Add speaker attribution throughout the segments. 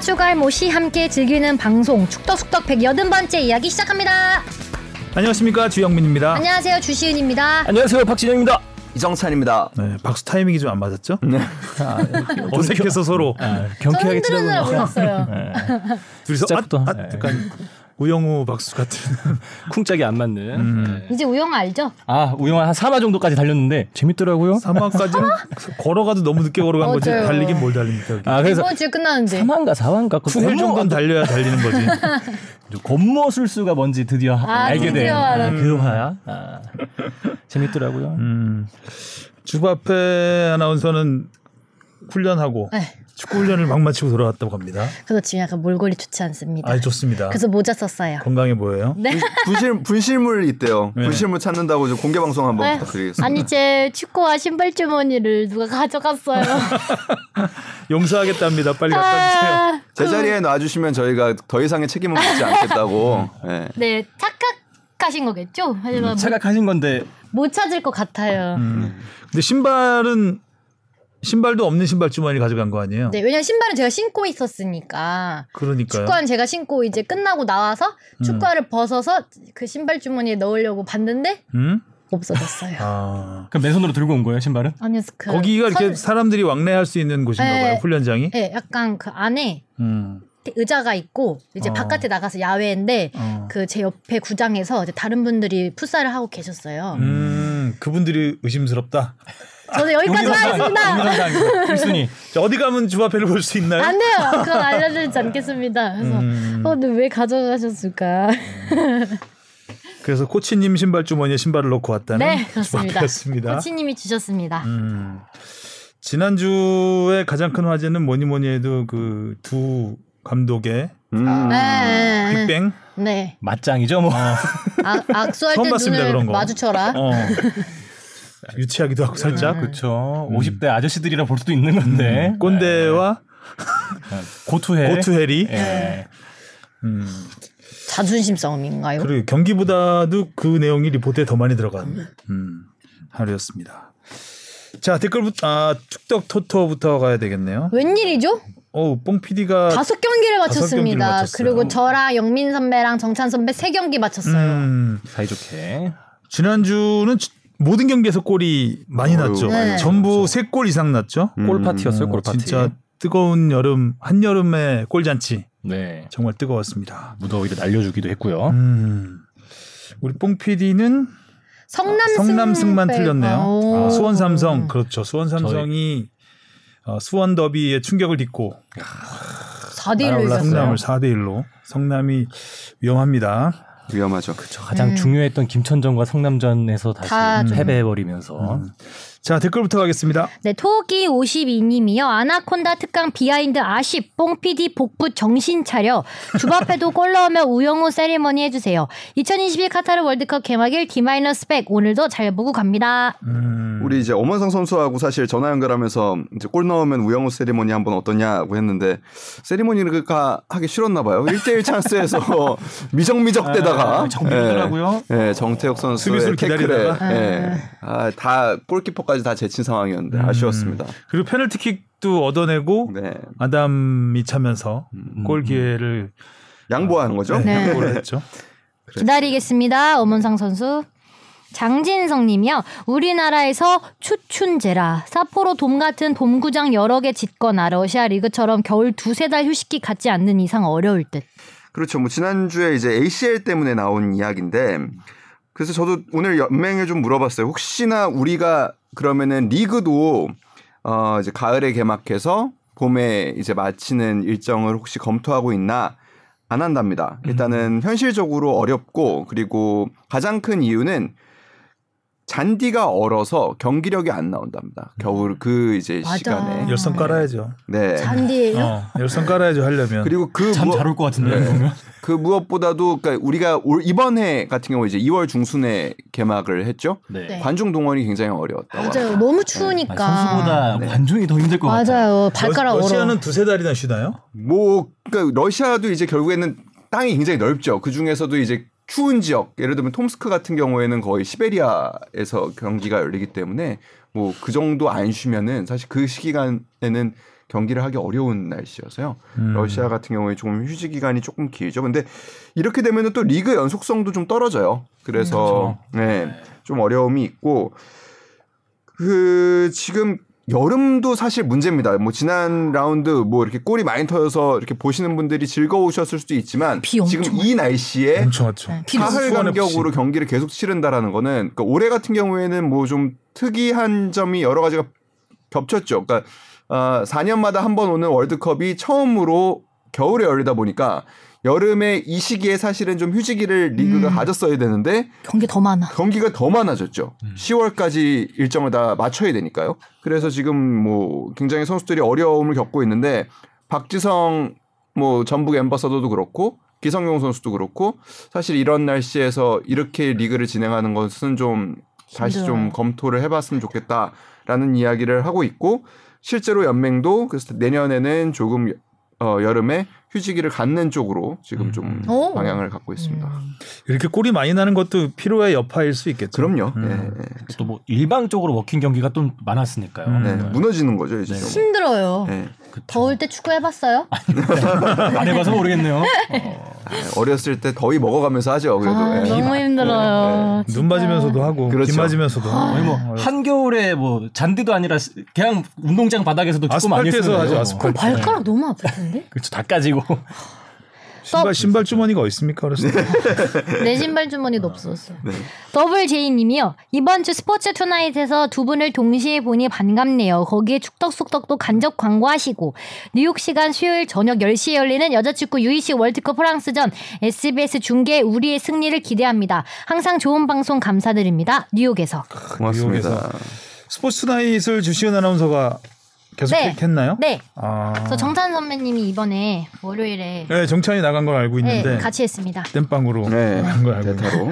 Speaker 1: 쭈갈 모시 함께 즐기는 방송 축덕숙덕 180번째 이야기 시작합니다.
Speaker 2: 안녕하십니까 주영민입니다.
Speaker 1: 안녕하세요 주시은입니다.
Speaker 3: 안녕하세요 박진영입니다.
Speaker 4: 이정찬입니다.
Speaker 2: 네, 박수 타이밍이 좀 안 맞았죠?
Speaker 3: 네.
Speaker 2: 아, 어색해서 서로
Speaker 1: 저는
Speaker 3: 경쾌하게
Speaker 1: 흔들흔들 하고
Speaker 3: 치는구나. 네.
Speaker 1: 있었어요.
Speaker 2: 둘이서 아,
Speaker 3: 아, 시작부터.
Speaker 2: 아,
Speaker 3: 네.
Speaker 2: 약간 우영우 박수 같은.
Speaker 3: 쿵짝이 안 맞는. 네.
Speaker 1: 이제 우영 알죠?
Speaker 3: 아 우영아 한 3화 정도까지 달렸는데 재밌더라고요.
Speaker 2: 3화까지는 걸어가도 너무 늦게 걸어간 거지.
Speaker 1: 아. 맞아요.
Speaker 2: 달리긴 뭘 달립니까? 여기.
Speaker 3: 아 그래서
Speaker 1: 이번 주에 끝나는데.
Speaker 3: 3화인가 4화인가 그
Speaker 2: 9회 정도는
Speaker 3: 겉모-
Speaker 2: 달려야 달리는 거지.
Speaker 3: 겉모술수가 뭔지 드디어
Speaker 1: 아,
Speaker 3: 알게 된
Speaker 1: 드디어
Speaker 3: 아,
Speaker 1: 알았네.
Speaker 3: 그 화야. 아, 재밌더라고요.
Speaker 2: 음. 주바페 아나운서는 훈련하고
Speaker 1: 네.
Speaker 2: 축구 훈련을 막 마치고 돌아왔다고 합니다.
Speaker 1: 그래서 지금 약간 몰골이 좋지 않습니다.
Speaker 2: 아 좋습니다.
Speaker 1: 그래서 모자 썼어요.
Speaker 2: 건강해 보여요.
Speaker 1: 네.
Speaker 4: 분실 분실물 있대요.
Speaker 2: 네.
Speaker 4: 분실물 찾는다고 좀 공개 방송 한번
Speaker 1: 네.
Speaker 4: 부탁드리겠습니다.
Speaker 1: 아니 제 축구화 신발 주머니를 누가 가져갔어요.
Speaker 2: 용서하겠답니다. 빨리 갖다 주세요.
Speaker 1: 아,
Speaker 4: 제 자리에 놔주시면 저희가 더 이상의 책임을 묻지 않겠다고.
Speaker 2: 음.
Speaker 4: 네.
Speaker 1: 네 착각하신 거겠죠? 하지만
Speaker 3: 음,
Speaker 1: 못-
Speaker 3: 착각하신 음. 건데
Speaker 1: 못 찾을 것 같아요.
Speaker 2: 근데 신발은 신발도 없는 신발 주머니 가져간 거 아니에요?
Speaker 1: 네 왜냐면 신발은 제가 신고 있었으니까.
Speaker 2: 그러니까요. 음.
Speaker 1: 축구화는 제가 신고 이제 끝나고 나와서 축구화를 벗어서 그 신발 주머니에 넣으려고 봤는데
Speaker 2: 음?
Speaker 1: 없어졌어요.
Speaker 2: 아.
Speaker 3: 그럼 맨손으로 들고 온 거예요 신발은?
Speaker 1: 아니요, 그
Speaker 2: 거기가 이렇게
Speaker 1: 선-
Speaker 2: 사람들이 왕래할 수 있는 곳인가 봐요.
Speaker 1: 네.
Speaker 2: 훈련장이.
Speaker 1: 예, 약간 그 안에
Speaker 2: 음.
Speaker 1: 의자가 있고 이제
Speaker 2: 어.
Speaker 1: 바깥에 나가서 야외인데
Speaker 2: 어.
Speaker 1: 그 제 옆에 구장에서 이제 다른 분들이 풋살을 하고 계셨어요.
Speaker 2: 음, 그분들이 의심스럽다.
Speaker 1: 저는 여기까지만 하겠습니다.
Speaker 3: 용기선상 일순위.
Speaker 2: 자, 어디 가면 주바페를 볼 수 있나요?
Speaker 1: 안 돼요. 그건 알려드리지 않겠습니다. 그래서
Speaker 2: 음.
Speaker 1: 어, 근데 왜 가져가셨을까?
Speaker 2: 그래서 코치님 신발 주머니에 신발을 넣고 왔다는
Speaker 1: 네, 그렇습니다.
Speaker 2: 주바페였습니다.
Speaker 1: 코치님이 주셨습니다.
Speaker 2: 음. 지난주에 가장 큰 화제는 뭐니 뭐니 해도 그 두 감독의
Speaker 4: 음.
Speaker 1: 네, 네,
Speaker 2: 빅뱅
Speaker 1: 네.
Speaker 3: 맞짱이죠 뭐.
Speaker 1: 아, 악, 악수할
Speaker 2: 처음
Speaker 1: 때
Speaker 2: 봤습니다,
Speaker 1: 눈을
Speaker 2: 그런 거.
Speaker 1: 마주쳐라.
Speaker 2: 어. 유치하기도 하고 살짝
Speaker 1: 네.
Speaker 3: 그렇죠. 50대 아저씨들이라 볼 수도 있는 건데.
Speaker 2: 꼰대와
Speaker 3: 음.
Speaker 2: 네.
Speaker 3: 고투해.
Speaker 2: 고투헤리
Speaker 3: 예.
Speaker 2: 음.
Speaker 1: 자존심 싸움인가요?
Speaker 2: 그리고 경기보다도 그 내용이 리포트에 더 많이 들어간 음, 하루였습니다. 자 댓글부터 아, 축덕 토토부터 가야 되겠네요.
Speaker 1: 웬일이죠?
Speaker 2: 어우 뽕 PD가
Speaker 1: 다섯 경기를
Speaker 2: 다섯 경기를
Speaker 1: 마쳤습니다.
Speaker 2: 마쳤어요.
Speaker 1: 그리고 저랑 영민 선배랑 정찬 선배 세 경기 마쳤어요.
Speaker 2: 음,
Speaker 3: 사이좋게.
Speaker 2: 지난주는 지- 모든 경기에서 골이 많이
Speaker 4: 어휴,
Speaker 2: 났죠.
Speaker 1: 많이
Speaker 2: 전부 세 골 이상 났죠.
Speaker 3: 골 파티였어요, 음. 골 파티.
Speaker 2: 진짜 뜨거운 여름 한 여름의 골 잔치
Speaker 3: 네.
Speaker 2: 정말 뜨거웠습니다.
Speaker 3: 무더위를 날려주기도 했고요.
Speaker 2: 음, 우리 뽕 PD는
Speaker 1: 성남,
Speaker 2: 성남 승만
Speaker 1: 승
Speaker 2: 틀렸네요.
Speaker 1: 빼고. 음.
Speaker 2: 아, 수원 삼성 그렇죠. 수원 삼성이 어, 수원 더비의 충격을 딛고
Speaker 1: 4대 1로
Speaker 3: 날아올랐어요.
Speaker 1: 이겼어요.
Speaker 2: 성남을 4대 1로 성남이 위험합니다.
Speaker 4: 위험하죠.
Speaker 3: 저 가장 중요했던 김천전과 성남전에서 다시
Speaker 1: 음. 다 좀-
Speaker 3: 패배해버리면서
Speaker 2: 음. 자 댓글부터 가겠습니다.
Speaker 1: 네, 토기 52님이요. 아나콘다 특강 비하인드 아쉽. 뽕피디 복부 정신 차려. 주바페도 골 넣으면 우영우 세리머니 해주세요. 2022 카타르 월드컵 개막일 D-100 오늘도 잘 보고 갑니다.
Speaker 2: 음.
Speaker 4: 우리 이제 엄원상 선수하고 사실 전화 연결하면서 이제 골 넣으면 우영우 세리머니 한번 어떠냐고 했는데 세리머니가 하기 싫었나 봐요. 1대1 찬스에서 미적미적대다가
Speaker 3: 자꾸 밀더라고요.
Speaker 4: 예, 예, 정태욱
Speaker 2: 네, 수비수를
Speaker 4: 선수의 태클에
Speaker 2: 기다리다가?
Speaker 1: 네.
Speaker 4: 예. 아, 다 골키퍼까지 다 제친 상황이었는데
Speaker 2: 음.
Speaker 4: 아쉬웠습니다.
Speaker 2: 그리고 페널티킥도
Speaker 1: 음.
Speaker 2: 얻어내고
Speaker 4: 네.
Speaker 2: 아담이 차면서
Speaker 3: 음,
Speaker 2: 골 기회를
Speaker 4: 양보한 거죠?
Speaker 1: 네.
Speaker 2: 골을 했죠.
Speaker 1: 기다리겠습니다. 엄원상 선수. 장진성 님이요. 우리나라에서 추춘제라 사포로 돔 같은 돔구장 여러 개 짓거나 러시아 리그처럼 겨울 두세 달 휴식기 갖지 않는 이상 어려울 듯.
Speaker 4: 그렇죠. 뭐 지난주에 이제 ACL 때문에 나온 이야기인데 그래서 저도 오늘 연맹에 좀 물어봤어요. 혹시나 우리가 그러면은 리그도 어 이제 가을에 개막해서 봄에 이제 마치는 일정을 혹시 검토하고 있나 안 한답니다. 일단은 현실적으로 어렵고 그리고 가장 큰 이유는 잔디가 얼어서 경기력이 안 나온답니다. 겨울 그 이제
Speaker 1: 맞아.
Speaker 4: 시간에.
Speaker 2: 열선 깔아야죠.
Speaker 4: 네.
Speaker 1: 잔디예요?
Speaker 2: 어, 열선 깔아야죠 하려면.
Speaker 4: 그리고 그
Speaker 3: 참
Speaker 2: 뭐-
Speaker 4: 무엇-
Speaker 3: 잘 올 것 같은데
Speaker 2: 네.
Speaker 3: 보면
Speaker 4: 그 무엇보다도 그러니까 우리가 올 이번 해 같은 경우 이제 2월 중순에 개막을 했죠.
Speaker 1: 네.
Speaker 4: 관중 동원이 굉장히 어려웠다고.
Speaker 1: 맞아요.
Speaker 4: 합니다.
Speaker 1: 너무
Speaker 3: 아,
Speaker 1: 추우니까.
Speaker 3: 선수보다
Speaker 2: 네.
Speaker 3: 관중이 더 힘들 것 같아요.
Speaker 1: 맞아요. 발가락
Speaker 2: 러, 시아는
Speaker 1: 얼어.
Speaker 2: 두세 달이나 쉬나요?
Speaker 4: 뭐 그러니까 러시아도 이제 결국에는 땅이 굉장히 넓죠. 그 중에서도 이제 추운 지역, 예를 들면 톰스크 같은 경우에는 거의 시베리아에서 경기가 열리기 때문에 뭐 그 정도 안 쉬면은 사실 그 시기간에는 경기를 하기 어려운 날씨여서요. 러시아 같은 경우에 조금 휴지 기간이 조금 길죠. 근데 이렇게 되면은 또 리그 연속성도 좀 떨어져요. 그래서 네, 좀 어려움이 있고 그 지금 여름도 사실 문제입니다. 뭐 지난 라운드 뭐 이렇게 골이 많이 터여서 이렇게 보시는 분들이 즐거우셨을 수도 있지만
Speaker 1: 비 엄청
Speaker 4: 지금 이 날씨에
Speaker 2: 엄청 왔죠.
Speaker 1: 네. 비로
Speaker 4: 사흘
Speaker 2: 수원 FC.
Speaker 4: 간격으로 경기를 계속 치른다라는 거는 그러니까 올해 같은 경우에는 뭐 좀 특이한 점이 여러 가지가 겹쳤죠. 그러니까 어, 4년마다 한 번 오는 월드컵이 처음으로 겨울에 열리다 보니까 여름에 이 시기에 사실은 좀 휴지기를 리그가 가졌어야 되는데
Speaker 1: 경기 더 많아.
Speaker 4: 경기가 더 많아졌죠. 10월까지 일정을 다 맞춰야 되니까요. 그래서 지금 뭐 굉장히 선수들이 어려움을 겪고 있는데 박지성 뭐 전북 엠버서더도 그렇고 기성용 선수도 그렇고 사실 이런 날씨에서 이렇게 리그를 진행하는 것은 좀 다시 좀
Speaker 1: 힘들어요.
Speaker 4: 검토를 해봤으면 좋겠다라는 이야기를 하고 있고 실제로 연맹도 그래서 내년에는 조금 어, 여름에 휴지기를 갖는 쪽으로 지금 좀
Speaker 1: 오. 네.
Speaker 4: 방향을 갖고 있습니다.
Speaker 1: 음,
Speaker 2: 이렇게 골이 많이 나는 것도 피로의 여파일 수 있겠죠.
Speaker 4: 그럼요.
Speaker 2: 음.
Speaker 4: 예, 예.
Speaker 5: 또 뭐 일방적으로 먹힌 경기가 좀 많았으니까요.
Speaker 2: 음.
Speaker 4: 네,
Speaker 2: 네.
Speaker 4: 무너지는 거죠 이제.
Speaker 5: 네.
Speaker 4: 좀.
Speaker 1: 힘들어요.
Speaker 4: 네.
Speaker 1: 더울 때 축구 해봤어요?
Speaker 5: 안 해봐서 모르겠네요. 어.
Speaker 4: 아, 어렸을 때 더위 먹어가면서 하죠. 그래도
Speaker 1: 아,
Speaker 4: 예.
Speaker 1: 너무 힘들어요. 진짜.
Speaker 2: 눈 맞으면서도 하고
Speaker 4: 그렇죠.
Speaker 2: 귀 맞으면서도 하고.
Speaker 5: 거의 뭐
Speaker 3: 음.
Speaker 5: 한겨울에 뭐 잔디도 아니라 시- 그냥 운동장 바닥에서도 축구 많이
Speaker 2: 아스팔트에서
Speaker 5: 했어요.
Speaker 2: 하죠, 아스팔트.
Speaker 1: 그럼 발가락 너무 아플 텐데?
Speaker 5: 그렇죠. 다 까지고.
Speaker 1: 아.
Speaker 2: 신발 신발 주머니가 어디 있습니까? 어렸을 때.
Speaker 1: 네. 내 신발 주머니도 없었어. 더블 제이님이요. 이번 주 스포츠 투나잇에서 두 분을 동시에 보니 반갑네요. 거기에 축덕숙덕도 간접 광고하시고 뉴욕 시간 수요일 저녁 10시에 열리는 여자축구 UEC 월드컵 프랑스전 SBS 중계 우리의 승리를 기대합니다. 항상 좋은 방송 감사드립니다. 뉴욕에서.
Speaker 4: 고맙습니다.
Speaker 2: 뉴욕에서. 스포츠 나잇을 주시은 아나운서가 계속
Speaker 1: 네.
Speaker 2: 했나요?
Speaker 1: 네.
Speaker 2: 아.
Speaker 1: 저 정찬 선배님이 이번에 월요일에
Speaker 2: 네, 정찬이 나간 걸 알고
Speaker 1: 네,
Speaker 2: 있는데
Speaker 1: 같이 했습니다.
Speaker 2: 땜빵으로
Speaker 4: 네,
Speaker 2: 나간 걸 알고 있는데.
Speaker 4: 대타로.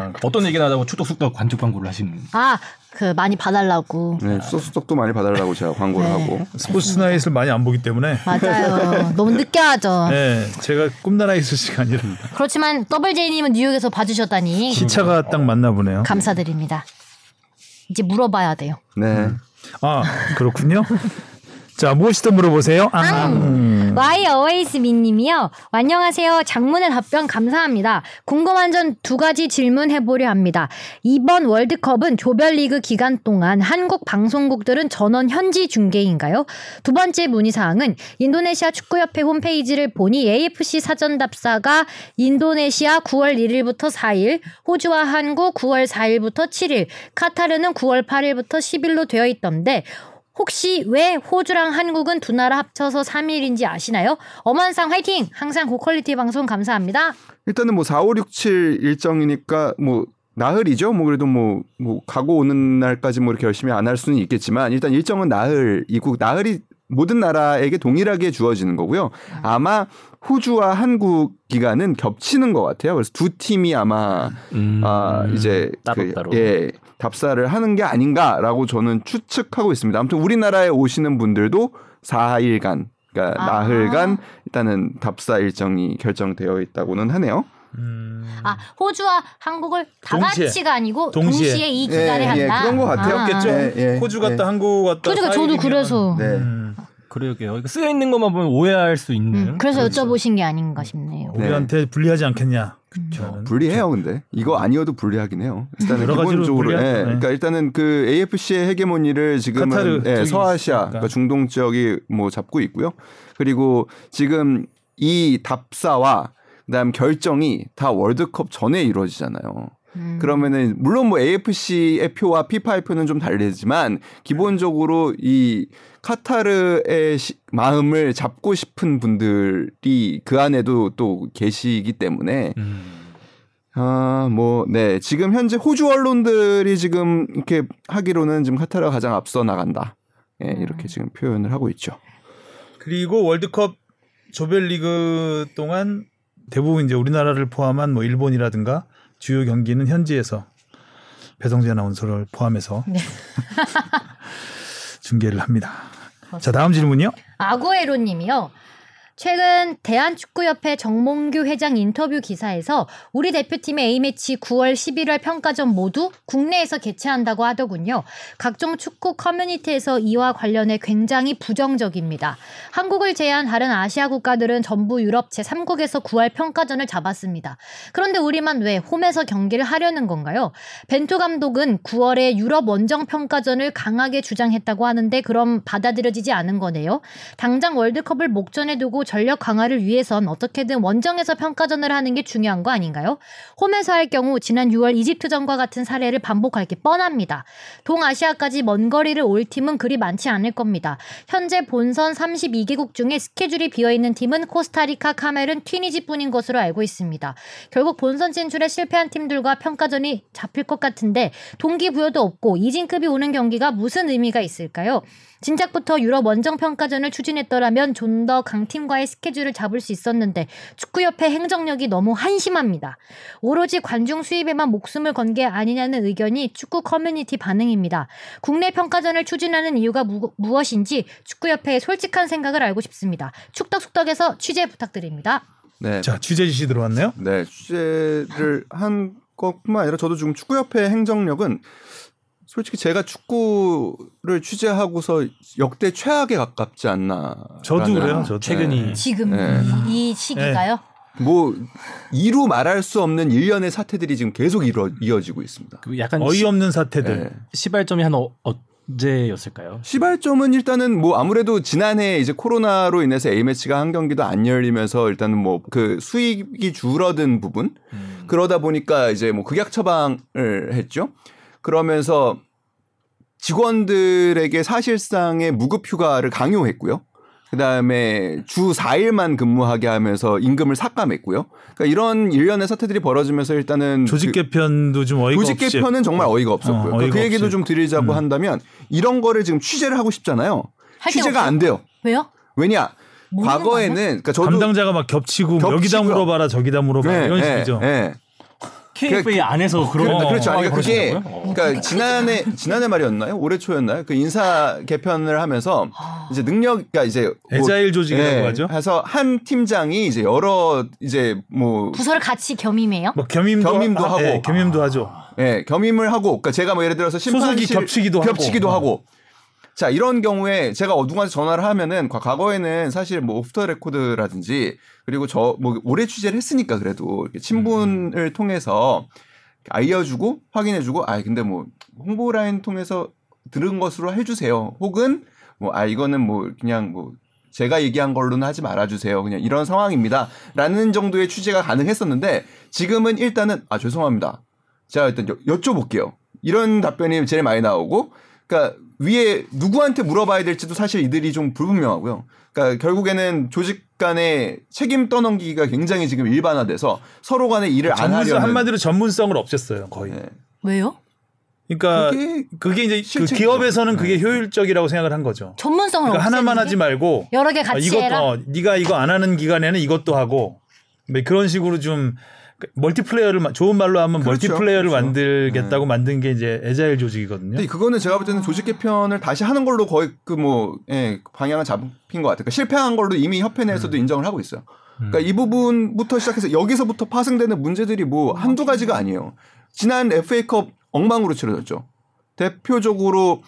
Speaker 2: 아,
Speaker 5: 어떤 얘기 나다고 축덕숙덕 관측 광고를 하시는.
Speaker 1: 아, 그 많이 봐달라고.
Speaker 4: 네,
Speaker 2: 아.
Speaker 4: 수석수석도 많이 봐달라고 제가 광고를
Speaker 1: 네.
Speaker 4: 하고.
Speaker 2: 스포츠 나잇을 많이 안 보기 때문에
Speaker 1: 맞아요. 너무 늦게 하죠.
Speaker 2: 네, 제가 꿈나라에 있을 시간이라
Speaker 4: 그렇죠.
Speaker 1: 그렇지만 더블 제이님은 뉴욕에서 봐주셨다니
Speaker 2: 기차가 딱 맞나 보네요.
Speaker 1: 감사드립니다. 이제 물어봐야 돼요.
Speaker 2: 음.
Speaker 4: 네.
Speaker 2: 아 그렇군요. 자 무엇이든 물어보세요. 아,
Speaker 1: Why always me님이요. 안녕하세요. 장문의 답변 감사합니다. 궁금한 점 두 가지 질문해 보려 합니다. 이번 월드컵은 조별리그 기간 동안 한국 방송국들은 전원 현지 중계인가요? 두 번째 문의 사항은 인도네시아 축구협회 홈페이지를 보니 AFC 사전 답사가 인도네시아 9월 1일부터 4일, 호주와 한국 9월 4일부터 7일, 카타르는 9월 8일부터 10일로 되어 있던데 혹시 왜 호주랑 한국은 두 나라 합쳐서 3일인지 아시나요? 엄한상 화이팅! 항상 그 고퀄리티 방송 감사합니다.
Speaker 4: 일단은 뭐 4, 5, 6, 7 일정이니까 뭐 나흘이죠. 뭐 그래도 뭐, 뭐 가고 오는 날까지 뭐 이렇게 열심히 안 할 수는 있겠지만 일단 일정은 나흘이고 나흘이 모든 나라에게 동일하게 주어지는 거고요.
Speaker 1: 음.
Speaker 4: 아마 호주와 한국 기간은 겹치는 것 같아요. 그래서 두 팀이 아마
Speaker 1: 음.
Speaker 2: 음.
Speaker 4: 아, 이제
Speaker 5: 음, 따로
Speaker 4: 그,
Speaker 5: 따로.
Speaker 4: 예, 답사를 하는 게 아닌가라고 저는 추측하고 있습니다. 아무튼 우리나라에 오시는 분들도 4일간 그러니까
Speaker 1: 아.
Speaker 4: 나흘간 일단은 답사 일정이 결정되어 있다고는 하네요.
Speaker 1: 아 호주와 한국을 다
Speaker 2: 동시에.
Speaker 1: 같이가 아니고
Speaker 2: 동시에.
Speaker 1: 동시에, 이 기간에
Speaker 4: 예, 예,
Speaker 1: 한다.
Speaker 4: 그런 것 같아요.
Speaker 1: 아,
Speaker 4: 없겠죠?
Speaker 1: 아.
Speaker 4: 예, 예,
Speaker 2: 호주 갔다
Speaker 4: 예.
Speaker 2: 한국 갔다.
Speaker 1: 그러니까 저도
Speaker 2: 사일이면-
Speaker 1: 그래서
Speaker 4: 네.
Speaker 2: 음,
Speaker 5: 그러게요. 이거 쓰여 있는 것만 보면 오해할 수 있는.
Speaker 1: 음, 그래서
Speaker 2: 그렇죠.
Speaker 1: 여쭤보신 게 아닌가 싶네요.
Speaker 2: 우리한테 불리하지 않겠냐. 그렇죠.
Speaker 4: 불리해요, 근데 이거 아니어도 불리하긴 해요. 일단은
Speaker 2: 여러 가지로
Speaker 4: 기본적으로, 예,
Speaker 2: 불리하죠. 네.
Speaker 4: 그러니까 일단은 그 AFC의 헤게모니를 지금은
Speaker 2: 카타르
Speaker 4: 예,
Speaker 2: 쪽이
Speaker 4: 서아시아,
Speaker 2: 있으니까.
Speaker 4: 그러니까 중동 지역이 뭐 잡고 있고요. 그리고 지금 이 답사와 그다음 결정이 다 월드컵 전에 이루어지잖아요.
Speaker 1: 음.
Speaker 4: 그러면은 물론 뭐 AFC의 표와 피파의 표는 좀 다르지만 기본적으로 이 카타르의 시- 마음을 잡고 싶은 분들이 그 안에도 또 계시기
Speaker 2: 음.
Speaker 4: 때문에 아, 뭐, 네. 지금 현재 호주 언론들이 지금 이렇게 하기로는 지금 카타르가 가장 앞서 나간다. 예,
Speaker 2: 음.
Speaker 4: 이렇게 지금 표현을 하고 있죠.
Speaker 2: 그리고 월드컵 조별리그 동안 대부분 이제 우리나라를 포함한 뭐 일본이라든가 주요 경기는 현지에서 배성재 아나운서를 포함해서 중계를 합니다. 자 다음 질문이요.
Speaker 1: 아구에로님이요. 최근 대한축구협회 정몽규 회장 인터뷰 기사에서 우리 대표팀의 A매치 9월 11월 평가전 모두 국내에서 개최한다고 하더군요. 각종 축구 커뮤니티에서 이와 관련해 굉장히 부정적입니다. 한국을 제외한 다른 아시아 국가들은 전부 유럽 제3국에서 9월 평가전을 잡았습니다. 그런데 우리만 왜 홈에서 경기를 하려는 건가요? 벤투 감독은 9월에 유럽 원정 평가전을 강하게 주장했다고 하는데 그럼 받아들여지지 않은 거네요. 당장 월드컵을 목전에 두고 전력 강화를 위해선 어떻게든 원정에서 평가전을 하는 게 중요한 거 아닌가요? 홈에서 할 경우 지난 6월 이집트전과 같은 사례를 반복할 게 뻔합니다. 동아시아까지 먼 거리를 올 팀은 그리 많지 않을 겁니다. 현재 본선 32개국 중에 스케줄이 비어 있는 팀은 코스타리카, 카메룬, 튀니지뿐인 것으로 알고 있습니다. 결국 본선 진출에 실패한 팀들과 평가전이 잡힐 것 같은데 동기부여도 없고 이진급이 오는 경기가 무슨 의미가 있을까요? 진작부터 유럽 원정 평가전을 추진했더라면 좀 더 강팀과의 스케줄을 잡을 수 있었는데 축구협회 행정력이 너무 한심합니다. 오로지 관중 수입에만 목숨을 건 게 아니냐는 의견이 축구 커뮤니티 반응입니다. 국내 평가전을 추진하는 이유가 무, 엇인지 축구협회의 솔직한 생각을 알고 싶습니다. 축덕숙덕에서 취재 부탁드립니다.
Speaker 4: 네.
Speaker 2: 자 취재 지시 들어왔네요.
Speaker 4: 네, 취재를 한 것뿐만 아니라 저도 지금 축구협회 행정력은 솔직히 제가 축구를 취재하고서 역대 최악에 가깝지 않나.
Speaker 2: 저도 그래요. 저도.
Speaker 5: 최근이
Speaker 1: 지금
Speaker 4: 네.
Speaker 1: 이, 이 시기가요?
Speaker 2: 네.
Speaker 4: 뭐 이루 말할 수 없는 일련의 사태들이 지금 계속 이뤄, 이어지고 있습니다.
Speaker 5: 그 약간 시-
Speaker 2: 어이없는 사태들.
Speaker 4: 네.
Speaker 5: 시발점이 한 어, 언제였을까요?
Speaker 4: 시발점은 일단은 뭐 아무래도 지난해 이제 코로나로 인해서 A 매치가 한 경기도 안 열리면서 일단은 뭐 그 수익이 줄어든 부분
Speaker 2: 음.
Speaker 4: 그러다 보니까 이제 뭐 극약 처방을 했죠. 그러면서 직원들에게 사실상의 무급 휴가를 강요했고요. 그다음에 주 4일만 근무하게 하면서 임금을 삭감했고요. 그러니까 이런 일련의 사태들이 벌어지면서 일단은
Speaker 2: 조직
Speaker 4: 그-
Speaker 2: 개편도 좀 어이가
Speaker 4: 조직
Speaker 2: 없이.
Speaker 4: 개편은 정말 어이가 없었고요.
Speaker 2: 어, 어이가
Speaker 4: 그 얘기도
Speaker 2: 없이. 음.
Speaker 4: 좀 드리자고 한다면 이런 거를 지금 취재를 하고 싶잖아요.
Speaker 1: 할게
Speaker 4: 취재가
Speaker 1: 없어요?
Speaker 4: 안 돼요.
Speaker 1: 왜요?
Speaker 4: 왜냐?
Speaker 1: 모르는
Speaker 4: 과거에는 그러니까 저도
Speaker 2: 담당자가 막 겹치고,
Speaker 4: 겹치고요.
Speaker 2: 여기다 물어봐라 저기다 물어봐라
Speaker 4: 네,
Speaker 2: 이런
Speaker 4: 네,
Speaker 2: 식이죠.
Speaker 4: 네.
Speaker 5: KFA 안에서 그런
Speaker 4: 그러니까 그렇죠. 아니,
Speaker 5: 상황이
Speaker 4: 그게
Speaker 5: 벌어지더라고요. 어.
Speaker 4: 그러니까 지난해 지난해 말이었나요? 올해 초였나요? 그 인사 개편을 하면서
Speaker 1: 아.
Speaker 4: 이제 능력 그러니까 이제 뭐-
Speaker 2: 에자일 조직이라고
Speaker 4: 네,
Speaker 2: 하죠.
Speaker 4: 해서 한 팀장이 이제 여러 이제 뭐
Speaker 1: 부서를 같이 겸임해요?
Speaker 2: 뭐 겸임도,
Speaker 4: 겸임도
Speaker 2: 하- 예,
Speaker 4: 하고.
Speaker 2: 겸임도 하죠.
Speaker 4: 예, 겸임을 하고, 그러니까 제가 뭐 예를 들어서 심판실
Speaker 2: 소속이 겹치기도 하고. 어.
Speaker 4: 겹치기도 하고. 자, 이런 경우에 제가 어, 누구한테 전화를 하면은 과- 과거에는 사실 뭐 오프터 레코드라든지 그리고 저 뭐 오래 취재를 했으니까 그래도 이렇게 친분을
Speaker 2: 음.
Speaker 4: 통해서 알려주고 확인해주고 아 근데 뭐 홍보 라인 통해서 들은 것으로 해주세요. 혹은 뭐 아 이거는 뭐 그냥 뭐 제가 얘기한 걸로는 하지 말아주세요. 그냥 이런 상황입니다.라는 정도의 취재가 가능했었는데 지금은 일단은 아 죄송합니다. 제가 일단 여, 쭤볼게요 이런 답변이 제일 많이 나오고, 그러니까 위에 누구한테 물어봐야 될지도 사실 이들이 좀 불분명하고요. 그러니까 결국에는 조직 간의 책임 떠넘기기가 굉장히 지금 일반화돼서 서로 간의 일을 안
Speaker 2: 전문성
Speaker 4: 하려는
Speaker 2: 한마디로 전문성을 없앴어요 거의.
Speaker 4: 네.
Speaker 1: 왜요?
Speaker 2: 그러니까
Speaker 4: 그게-
Speaker 2: 그게, 이제 그
Speaker 4: 실책이죠. 네. 어,
Speaker 2: 기업에서는 그게 효율적이라고 생각을 한 거죠.
Speaker 1: 전문성을
Speaker 2: 그러니까 하나만
Speaker 1: 없애는
Speaker 2: 하지
Speaker 1: 게?
Speaker 2: 말고
Speaker 1: 여러 개 같이
Speaker 2: 이것
Speaker 1: 해라.
Speaker 2: 어, 네가 이거 안 하는 기간에는 이것도 하고 뭐 그런 식으로 좀그 멀티플레이어를 마- 좋은 말로 하면
Speaker 4: 그렇죠.
Speaker 2: 멀티플레이어를
Speaker 4: 그렇죠.
Speaker 2: 만들겠다고 만든 게 이제 에자일 조직이거든요.
Speaker 4: 근데 네, 그거는 제가 볼 때는 조직 개편을 다시 하는 걸로 거의 그 뭐 예, 방향을 잡힌 것 같아요. 그러니까 실패한 걸로 이미 협회 내에서도
Speaker 2: 음.
Speaker 4: 인정을 하고 있어요. 그러니까 이 부분부터 시작해서 여기서부터 파생되는 문제들이 뭐 한두 가지가 아니에요. 지난 FA컵 엉망으로 치러졌죠. 대표적으로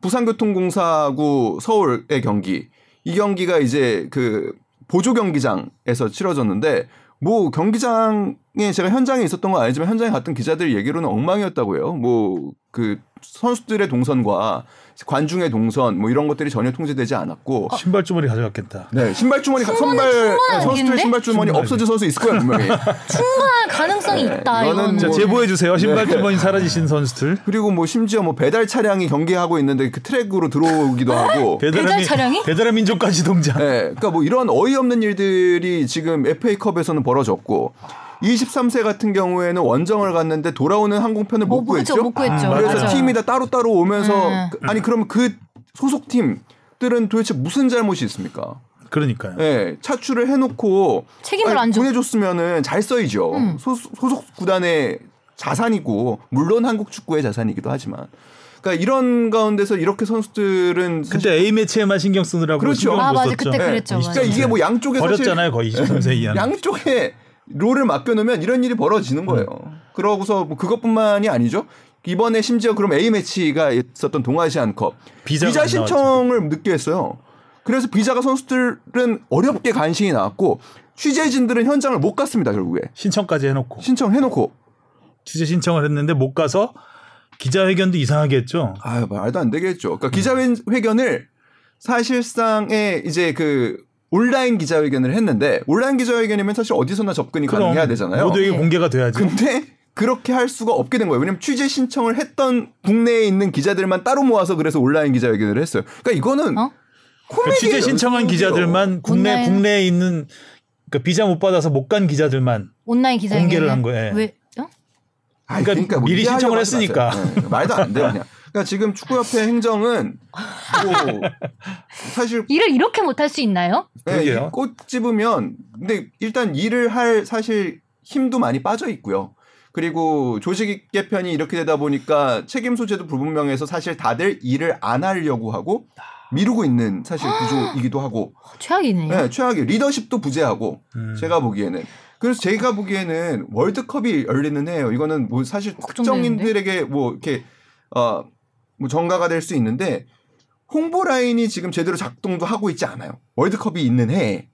Speaker 4: 부산교통공사하고 서울의 경기. 이 경기가 이제 그 보조 경기장에서 치러졌는데 뭐 경기장에 제가 현장에 있었던 건 아니지만 현장에 갔던 기자들 얘기로는 엉망이었다고 해요. 뭐 그 선수들의 동선과 관중의 동선 뭐 이런 것들이 전혀 통제되지 않았고
Speaker 2: 아. 신발 주머니 가져갔겠다.
Speaker 4: 네, 신발 어, 주머니 가-
Speaker 1: 충분한-
Speaker 4: 선발
Speaker 1: 충분한
Speaker 4: 선수들의
Speaker 1: 얘기인데?
Speaker 4: 신발 주머니 없어질 선수 있을 거야 분명히.
Speaker 1: 충분한 아, 가능성이 있다.
Speaker 4: 이거는
Speaker 1: 이거는
Speaker 4: 자,
Speaker 2: 자
Speaker 4: 뭐-
Speaker 2: 제보해 주세요. 신발 주머니
Speaker 4: 네.
Speaker 2: 사라지신 선수들.
Speaker 4: 그리고 뭐 심지어 뭐 배달 차량이 경기하고 있는데 그 트랙으로 들어오기도 하고.
Speaker 1: 배달
Speaker 2: 민-
Speaker 1: 차량이?
Speaker 2: 배달의 민족까지 동작.
Speaker 4: 네, 그러니까 뭐 이런 어이없는 일들이 지금 FA컵에서는 벌어졌고 23세 같은 경우에는 원정을 갔는데 돌아오는 항공편을 못
Speaker 1: 어, 그렇죠.
Speaker 4: 구했죠.
Speaker 1: 못 구했죠.
Speaker 4: 그래서
Speaker 1: 맞아요.
Speaker 4: 팀이 다 따로따로 오면서
Speaker 1: 음.
Speaker 4: 그- 아니 그러면 그 소속팀들은 도대체 무슨 잘못이 있습니까?
Speaker 2: 그러니까요.
Speaker 4: 예, 차출을 해놓고
Speaker 1: 책임을
Speaker 4: 아니,
Speaker 1: 안 줘.
Speaker 4: 보내줬으면은 잘 써이죠.
Speaker 1: 음.
Speaker 4: 소, 속 구단의 자산이고 물론 한국 축구의 자산이기도 하지만 그러니까 이런 가운데서 이렇게 선수들은 사실-
Speaker 2: 그때 A 매치에만 신경 쓰느라고
Speaker 4: 그렇죠.
Speaker 2: 신경을
Speaker 1: 아
Speaker 2: 못
Speaker 1: 맞아
Speaker 2: 썼죠. 네.
Speaker 1: 그때 그랬죠.
Speaker 4: 그러니까
Speaker 1: 맞아.
Speaker 4: 이게 뭐 양쪽에 사실 네.
Speaker 2: 버렸잖아요 거의 23세 이하는.
Speaker 4: 양쪽에 롤을 맡겨놓으면 이런 일이
Speaker 2: 음.
Speaker 4: 벌어지는 거예요. 그러고서 뭐 그것뿐만이 아니죠. 이번에 심지어 그럼 A 매치가 있었던 동아시안컵
Speaker 2: 비자가
Speaker 4: 비자
Speaker 2: 안
Speaker 4: 신청을 늦게 했어요. 그래서 비자가 선수들은 어렵게 간신히 나왔고 취재진들은 현장을 못 갔습니다 결국에
Speaker 2: 신청까지 해놓고
Speaker 4: 신청해놓고
Speaker 2: 취재 신청을 했는데 못 가서 기자회견도 이상하게 했죠.
Speaker 4: 아 말도 안 되겠죠. 그러니까
Speaker 2: 음.
Speaker 4: 기자회견을 사실상의 이제 그 온라인 기자회견을 했는데 온라인 기자회견이면 사실 어디서나 접근이 가능해야 되잖아요.
Speaker 2: 모두에게
Speaker 1: 네.
Speaker 2: 공개가 돼야지.
Speaker 4: 근데 그렇게 할 수가 없게 된 거예요. 왜냐면 취재 신청을 했던 국내에 있는 기자들만 따로 모아서 그래서 온라인 기자회견을 했어요. 그러니까 이거는
Speaker 1: 어?
Speaker 2: 그
Speaker 4: 코미디
Speaker 2: 취재 신청한
Speaker 4: 연습이에요.
Speaker 2: 기자들만 국내
Speaker 1: 온라인.
Speaker 2: 국내에 있는 그러니까 비자 못 받아서 못 간 기자들만
Speaker 1: 온라인 기자
Speaker 2: 공개를 한 거예요.
Speaker 1: 왜? 어?
Speaker 4: 아이,
Speaker 2: 그러니까 미리
Speaker 4: 뭐 이해하려고
Speaker 2: 신청을
Speaker 4: 하지
Speaker 2: 했으니까.
Speaker 4: 마세요. 네, 말도 안 돼요 그냥. 그러니까 지금 축구협회 행정은 뭐 사실
Speaker 1: 일을 이렇게 못 할 수 있나요?
Speaker 4: 네,
Speaker 2: 그러게요.
Speaker 4: 이꽃 집으면 근데 일단 일을 할 사실 힘도 많이 빠져 있고요. 그리고 조직 개편이 이렇게 되다 보니까 책임 소재도 불분명해서 사실 다들 일을 안 하려고 하고 미루고 있는 사실 구조이기도 하고
Speaker 1: 어, 최악이네요.
Speaker 4: 네, 최악의 리더십도 부재하고
Speaker 2: 음.
Speaker 4: 제가 보기에는 그래서 제가 보기에는 월드컵이 열리는 해요. 이거는 뭐 사실
Speaker 1: 걱정되는데?
Speaker 4: 특정인들에게 뭐 이렇게 어뭐 전가가 될 수 있는데 홍보 라인이 지금 제대로 작동도 하고 있지 않아요. 월드컵이 있는 해에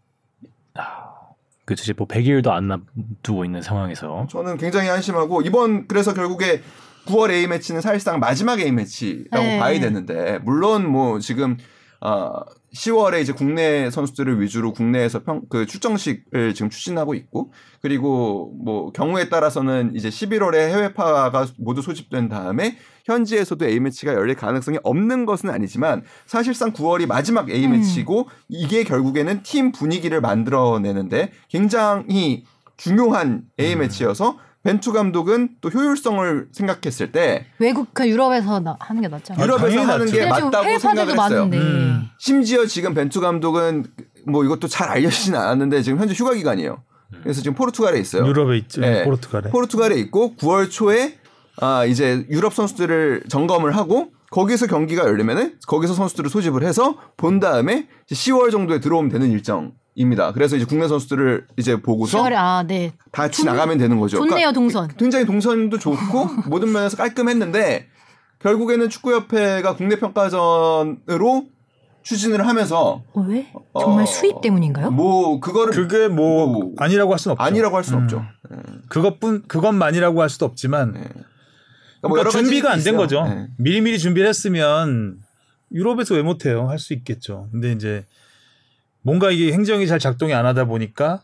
Speaker 5: 그렇죠. 이제 뭐 100일도 안 남두고 있는 상황에서
Speaker 4: 저는 굉장히 한심하고 이번 그래서 결국에 9월 A 매치는 사실상 마지막 A 매치라고
Speaker 1: 네.
Speaker 4: 봐야 되는데 물론 뭐 지금 어 10월에 이제 국내 선수들을 위주로 국내에서 평, 그 출정식을 지금 추진하고 있고 그리고 뭐 경우에 따라서는 이제 11월에 해외파가 모두 소집된 다음에 현지에서도 A 매치가 열릴 가능성이 없는 것은 아니지만 사실상 9월이 마지막 A
Speaker 1: 음.
Speaker 4: 매치고 이게 결국에는 팀 분위기를 만들어내는데 굉장히 중요한
Speaker 2: 음.
Speaker 4: A 매치여서 벤투 감독은 또 효율성을 생각했을 때
Speaker 1: 외국 그 유럽에서 나, 하는 게 낫지 않아요?
Speaker 2: 유럽
Speaker 4: 유럽에서
Speaker 2: 당연히
Speaker 4: 하는 게
Speaker 1: 근데 지금
Speaker 4: 맞다고
Speaker 1: 해외파들도
Speaker 4: 생각을 했어요.
Speaker 1: 많은데
Speaker 2: 음.
Speaker 4: 심지어 지금 벤투 감독은 뭐 이것도 잘 알려지진 않았는데 지금 현재 휴가 기간이에요. 그래서 지금 포르투갈에 있어요.
Speaker 2: 유럽에 있죠.
Speaker 4: 네.
Speaker 2: 포르투갈에.
Speaker 4: 포르투갈에 있고 9월 초에 아 이제 유럽 선수들을 점검을 하고 거기서 경기가 열리면은 거기서 선수들을 소집을 해서 본 다음에 이제 10월 정도에 들어오면 되는 일정입니다. 그래서 이제 국내 선수들을 이제 보고서
Speaker 1: 10월에 아네
Speaker 4: 다 지나가면 되는 거죠. 그러니까
Speaker 1: 좋네요 동선.
Speaker 4: 굉장히 동선도 좋고 모든 면에서 깔끔했는데 결국에는 축구협회가 국내 평가전으로 추진을 하면서
Speaker 1: 어, 왜? 정말
Speaker 4: 어,
Speaker 1: 수입 때문인가요?
Speaker 4: 뭐 그거를
Speaker 2: 그게 뭐
Speaker 4: 뭐,
Speaker 2: 아니라고 할 수는 없죠.
Speaker 4: 아니라고 할 수는
Speaker 2: 음.
Speaker 4: 없죠. 예.
Speaker 2: 그것뿐 그것만이라고 할 수도 없지만
Speaker 4: 네. 그러니까 뭐
Speaker 2: 그러니까
Speaker 4: 여러 가지
Speaker 2: 준비가 안 된
Speaker 4: 있어요.
Speaker 2: 거죠.
Speaker 4: 예.
Speaker 2: 미리미리 준비를 했으면 유럽에서 왜 못해요? 할 수 있겠죠. 근데 이제 뭔가 이게 행정이 잘 작동이 안 하다 보니까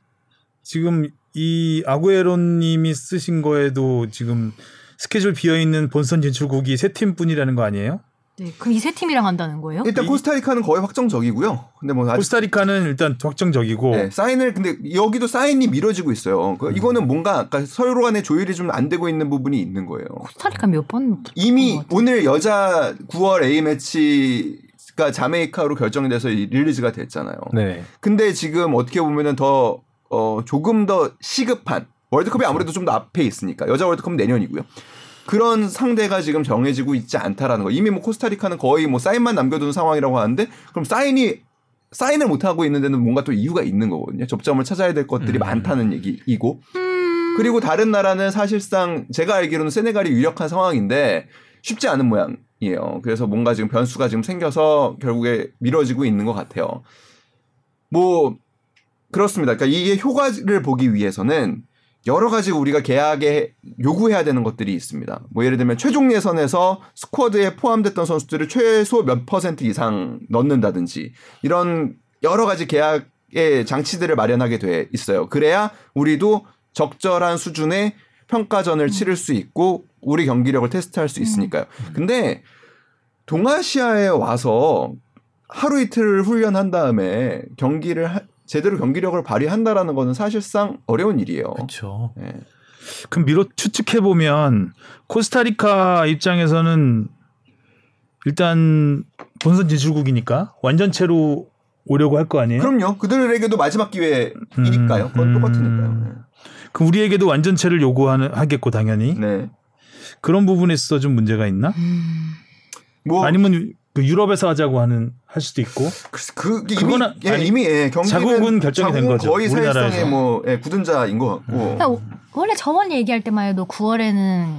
Speaker 2: 지금 이 아구에로님이 쓰신 거에도 지금 스케줄 비어 있는 본선 진출국이 세 팀뿐이라는 거 아니에요?
Speaker 1: 네, 그럼 이 세 팀이랑 한다는 거예요?
Speaker 4: 일단
Speaker 2: 그 이-
Speaker 4: 코스타리카는 거의 확정적이고요. 근데 뭐 아직
Speaker 2: 코스타리카는 일단 확정적이고
Speaker 4: 네, 사인을 근데 여기도 사인이 미뤄지고 있어요.
Speaker 2: 음.
Speaker 4: 그 이거는 뭔가 아까 서로 간의 조율이 좀 안 되고 있는 부분이 있는 거예요.
Speaker 1: 코스타리카 몇번
Speaker 4: 이미
Speaker 1: 어,
Speaker 4: 오늘 여자 9월 A 매치가 자메이카로 결정이 돼서 이 릴리즈가 됐잖아요.
Speaker 5: 네.
Speaker 4: 근데 지금 어떻게 보면은 더 어, 조금 더 시급한 월드컵이 아무래도 좀 더 앞에 있으니까 여자 월드컵 은 내년이고요. 그런 상대가 지금 정해지고 있지 않다라는 거. 이미 뭐 코스타리카는 거의 뭐 사인만 남겨두는 상황이라고 하는데 그럼 사인이 사인을 못 하고 있는 데는 뭔가 또 이유가 있는 거거든요. 접점을 찾아야 될 것들이 많다는 얘기이고
Speaker 1: 음.
Speaker 4: 그리고 다른 나라는 사실상 제가 알기로는 세네갈이 유력한 상황인데 쉽지 않은 모양이에요. 그래서 뭔가 지금 변수가 지금 생겨서 결국에 미뤄지고 있는 것 같아요. 뭐 그렇습니다. 그러니까 이게 효과를 보기 위해서는 여러 가지 우리가 계약에 요구해야 되는 것들이 있습니다. 뭐 예를 들면 최종 예선에서 스쿼드에 포함됐던 선수들을 최소 몇 퍼센트 이상 넣는다든지 이런 여러 가지 계약의 장치들을 마련하게 돼 있어요. 그래야 우리도 적절한 수준의 평가전을 치를 수 있고 우리 경기력을 테스트할 수 있으니까요.
Speaker 2: 음.
Speaker 4: 근데 동아시아에 와서 하루 이틀 훈련한 다음에 경기를 하- 제대로 경기력을 발휘한다라는 거는 사실상 어려운 일이에요.
Speaker 5: 그렇죠.
Speaker 4: 예.
Speaker 2: 그럼 미로 추측해 보면 코스타리카 입장에서는 일단 본선 진출국이니까 완전체로 오려고 할 거 아니에요?
Speaker 4: 그럼요. 그들에게도 마지막 기회이니까요. 그건
Speaker 2: 음.
Speaker 4: 똑같으니까요.
Speaker 2: 그럼 우리에게도 완전체를 요구하는 하겠고 당연히
Speaker 4: 네.
Speaker 2: 그런 부분에 있어 좀 문제가 있나?
Speaker 4: 뭐
Speaker 2: 아니면 그 유럽에서 하자고 하는 할 수도 있고
Speaker 4: 그, 그 이미
Speaker 2: 그거는
Speaker 4: 예,
Speaker 2: 아니,
Speaker 4: 이미 예, 경기는
Speaker 2: 자국은 결정이 된
Speaker 4: 자국은
Speaker 2: 거죠,
Speaker 4: 거의 사회성의
Speaker 2: 우리나라에서. 음.
Speaker 4: 뭐 예, 굳은 자인 것 같고
Speaker 1: 그러니까 오- 원래 저번 얘기할 때만 해도 9월에는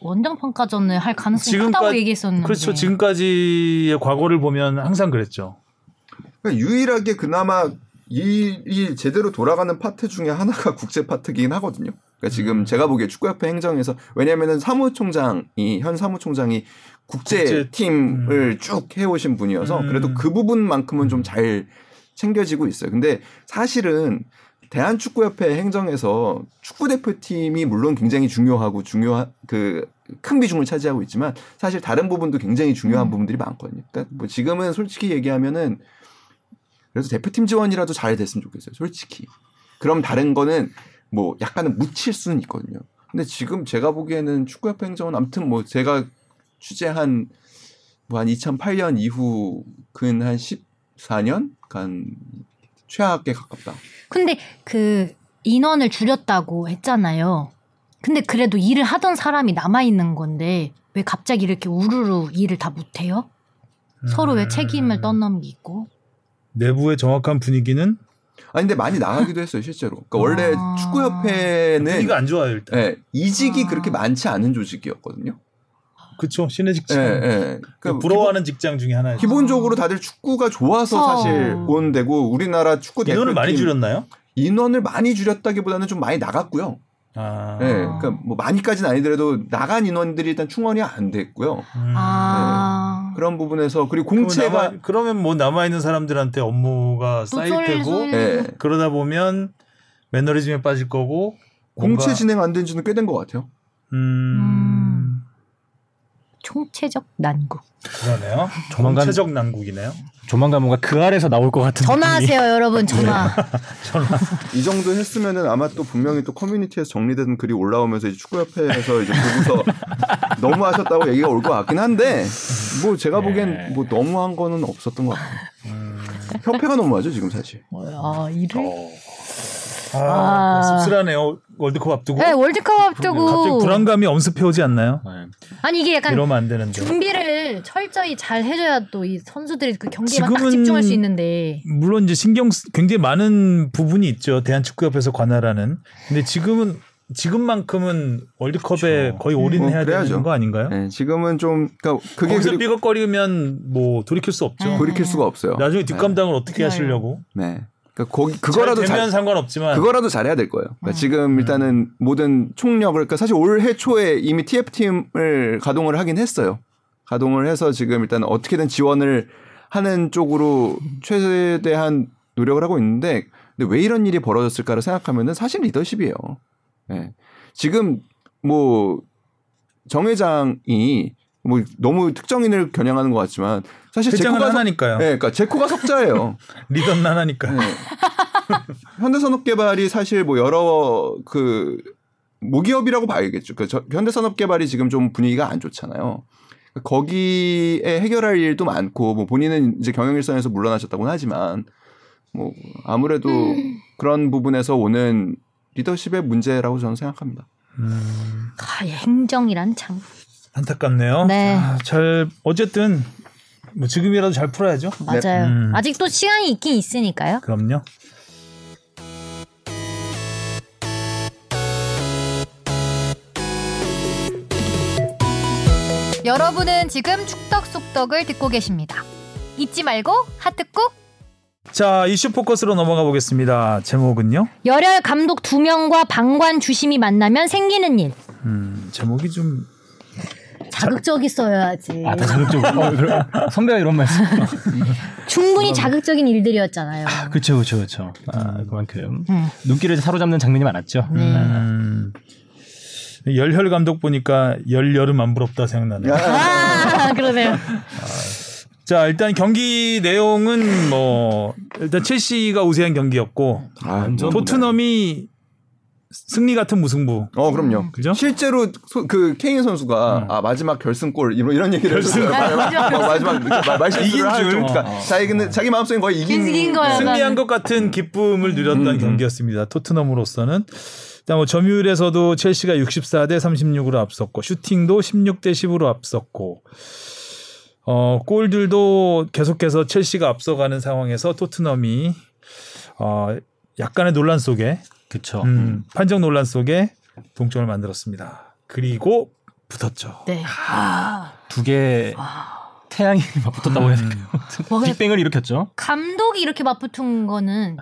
Speaker 1: 원정 평가전을 할 가능성이 크다고
Speaker 2: 지금까지-
Speaker 1: 얘기했었는데.
Speaker 2: 그렇죠. 지금까지의 과거를 보면 항상 그랬죠.
Speaker 4: 그러니까 유일하게 그나마 일이 제대로 돌아가는 파트 중에 하나가 국제 파트긴 하거든요. 그러니까
Speaker 2: 음.
Speaker 4: 지금 제가 보기에 축구협회 행정에서 왜냐하면은 사무총장이 현 사무총장이 국제
Speaker 2: 국제-
Speaker 4: 팀을 쭉 해오신 분이어서
Speaker 2: 음.
Speaker 4: 그래도 그 부분만큼은 좀 잘 챙겨지고 있어요. 근데 사실은 대한축구협회 행정에서 축구 대표팀이 물론 굉장히 중요하고 중요한 그 큰 비중을 차지하고 있지만 사실 다른 부분도 굉장히 중요한 부분들이 많거든요. 그러니까 뭐 지금은 솔직히 얘기하면은 그래서 대표팀 지원이라도 잘 됐으면 좋겠어요. 솔직히. 그럼 다른 거는 뭐 약간은 묻힐 수는 있거든요. 근데 지금 제가 보기에는 축구협회 행정은 아무튼 뭐 제가 취재한 뭐 한 2008년 이후 근 한 14년 간 최악에 가깝다.
Speaker 1: 근데 그 인원을 줄였다고 했잖아요. 근데 그래도 일을 하던 사람이 남아 있는 건데 왜 갑자기 이렇게 우르르 일을 다 못해요? 서로 왜
Speaker 2: 음.
Speaker 1: 책임을 떠넘기고?
Speaker 2: 내부의 정확한 분위기는
Speaker 4: 아니 근데 많이 나가기도 했어요 실제로. 그러니까 원래
Speaker 1: 아.
Speaker 4: 축구협회는
Speaker 2: 분위기가 안 좋아요 일단.
Speaker 4: 예, 이직이
Speaker 1: 아.
Speaker 4: 그렇게 많지 않은 조직이었거든요.
Speaker 2: 그렇죠. 신의 직장.
Speaker 4: 예, 예. 그러니까
Speaker 2: 부러워하는 직장 중에 하나예요.
Speaker 4: 기본, 적으로 다들 축구가 좋아서
Speaker 1: 어.
Speaker 4: 사실 온 데고 우리나라 축구 대표팀
Speaker 2: 인원을 많이 줄였나요?
Speaker 4: 인원을 많이 줄였다기보다는 좀 많이 나갔고요.
Speaker 2: 아,
Speaker 4: 예, 그러니까 뭐 많이까지는 아니더라도 나간 인원들이 일단 충원이 안 됐고요.
Speaker 2: 음.
Speaker 1: 아.
Speaker 4: 그런 부분에서 그리고
Speaker 2: 그럼
Speaker 4: 공채가
Speaker 2: 남아- 그러면 뭐 남아 있는 사람들한테 업무가
Speaker 1: 또
Speaker 2: 쌓일
Speaker 1: 쏠릴
Speaker 2: 테고
Speaker 1: 쏠릴
Speaker 4: 예,
Speaker 2: 그러다 보면 매너리즘에 빠질 거고 뭔가-
Speaker 4: 공채 진행 안 된지는 꽤 된 것 같아요.
Speaker 2: 음,
Speaker 1: 총체적 난국.
Speaker 2: 그러네요.
Speaker 5: 조만간-
Speaker 2: 전체적 난국이네요.
Speaker 5: 조만간 뭔가 그 아래서 나올 것 같은 느낌이.
Speaker 1: 전화하세요, 여러분. 전화.
Speaker 4: 이 정도 했으면은 아마 또 분명히 또 커뮤니티에서 정리된 글이 올라오면서 이제 축구협회에서 이제 보고서 너무 하셨다고 얘기가 올 것 같긴 한데 뭐 제가 보기엔 뭐 너무한 거는 없었던 것 같아요. 협회가 너무하죠 지금 사실.
Speaker 1: 뭐야, 일을?
Speaker 5: 어.
Speaker 2: 아,
Speaker 1: 아.
Speaker 2: 씁쓸하네요. 월드컵 앞두고
Speaker 1: 네, 월드컵
Speaker 2: 음, 갑자기
Speaker 1: 앞두고.
Speaker 2: 불안감이 엄습해 오지 않나요?
Speaker 5: 네.
Speaker 1: 아니, 이게 약간
Speaker 2: 이러면 안 되는데.
Speaker 1: 준비를 철저히 잘 해줘야 또 이 선수들이 그 경기에만 딱
Speaker 2: 지금은-
Speaker 1: 집중할 수 있는데.
Speaker 2: 물론 이제 신경 쓰- 굉장히 많은 부분이 있죠. 대한축구협에서 관할하는. 근데 지금은 지금만큼은 월드컵에
Speaker 5: 그렇죠.
Speaker 2: 거의 올인해야
Speaker 4: 뭐 그래야죠.
Speaker 2: 되는 거 아닌가요?
Speaker 4: 네, 지금은 좀 그러니까 그게
Speaker 2: 거기서
Speaker 4: 그리고
Speaker 2: 삐걱거리면 뭐 돌이킬 수 없죠.
Speaker 1: 음.
Speaker 4: 돌이킬 수가 없어요.
Speaker 2: 나중에 뒷감당을 어떻게
Speaker 1: 그래요.
Speaker 2: 하시려고?
Speaker 4: 네. 그러니까 거기
Speaker 2: 그거라도
Speaker 4: 그거라도 잘
Speaker 2: 되면 상관없지만
Speaker 4: 그거라도 잘해야 될 거예요. 그러니까
Speaker 1: 음.
Speaker 4: 지금 일단은 모든 총력을 그러니까 사실 올해 초에 이미 TF팀을 가동을 하긴 했어요. 가동을 해서 지금 일단 어떻게든 지원을 하는 쪽으로 최대한 노력을 하고 있는데 근데 왜 이런 일이 벌어졌을까를 생각하면은 사실 리더십이에요. 예. 지금 뭐 정회장이 뭐 너무 특정인을 겨냥하는 것 같지만 사실
Speaker 2: 회장은
Speaker 4: 제코가 석-
Speaker 2: 하나니까요.
Speaker 4: 예, 그러니까 제코가 석자예요.
Speaker 2: 리더는 하나니까.
Speaker 4: 네. 현대산업개발이 사실 뭐 여러 그 모기업이라고 봐야겠죠. 그 저- 현대산업개발이 지금 좀 분위기가 안 좋잖아요. 거기에 해결할 일도 많고 뭐 본인은 이제 경영일선에서 물러나셨다고는 하지만 뭐 아무래도 그런 부분에서 오는 리더십의 문제라고 저는 생각합니다.
Speaker 2: 음,
Speaker 1: 아, 이 행정이란 참.
Speaker 2: 안타깝네요.
Speaker 1: 네.
Speaker 2: 아, 잘 어쨌든 뭐 지금이라도 잘 풀어야죠.
Speaker 1: 맞아요.
Speaker 2: 음.
Speaker 1: 아직도 시간이 있긴 있으니까요.
Speaker 2: 그럼요.
Speaker 1: 여러분은 지금 축덕 속덕을 듣고 계십니다. 잊지 말고 하트 꾹.
Speaker 2: 자 이슈 포커스로 넘어가 보겠습니다. 제목은요.
Speaker 1: 열혈 감독 두 명과 방관 주심이 만나면 생기는 일.
Speaker 2: 음, 제목이 좀
Speaker 1: 자극적이 써야지.
Speaker 5: 아, 더 자극적으로. 어, 그래. 선배가 이런 말씀.
Speaker 1: 충분히 자극적인 일들이었잖아요.
Speaker 5: 그렇죠, 그렇죠, 그렇죠. 아, 그만큼
Speaker 1: 음.
Speaker 5: 눈길을 사로잡는 장면이 많았죠.
Speaker 1: 네.
Speaker 5: 네.
Speaker 2: 음, 열혈 감독 보니까 열 여름 안 부럽다 생각나네요.
Speaker 1: 아, 그러네요.
Speaker 2: 자 일단 경기 내용은 뭐 일단 첼시가 우세한 경기였고
Speaker 5: 완전
Speaker 2: 토트넘이 승리 같은 무승부.
Speaker 4: 어 그럼요.
Speaker 2: 그죠? 음.
Speaker 4: 실제로 소- 그 케인 선수가 아 마지막 결승골 이런 이런 얘기를 했어요.
Speaker 1: 아, 마지막
Speaker 4: 어, 마지막 말-
Speaker 2: 이긴
Speaker 4: 말실수를 하죠.
Speaker 2: 줄. 어,
Speaker 4: 그러니까 자기는 자기 마음속에 거의 이긴,
Speaker 1: 이긴 거예요.
Speaker 2: 승리한 것 같은 기쁨을 누렸던 경기였습니다. 토트넘으로서는 일단 뭐 점유율에서도 첼시가 64대 36으로 앞섰고 슈팅도 16대 10으로 앞섰고 어, 골들도 계속해서 첼시가 앞서가는 상황에서 토트넘이 어, 약간의 논란 속에
Speaker 5: 그쵸.
Speaker 2: 음, 판정 논란 속에 동점을 만들었습니다. 그리고 붙었죠.
Speaker 1: 네.
Speaker 5: 두 개 태양이 맞붙었다고 해야 될까요?
Speaker 1: 뭐,
Speaker 5: 빅뱅을 일으켰죠.
Speaker 1: 감독이 이렇게 맞붙은 거는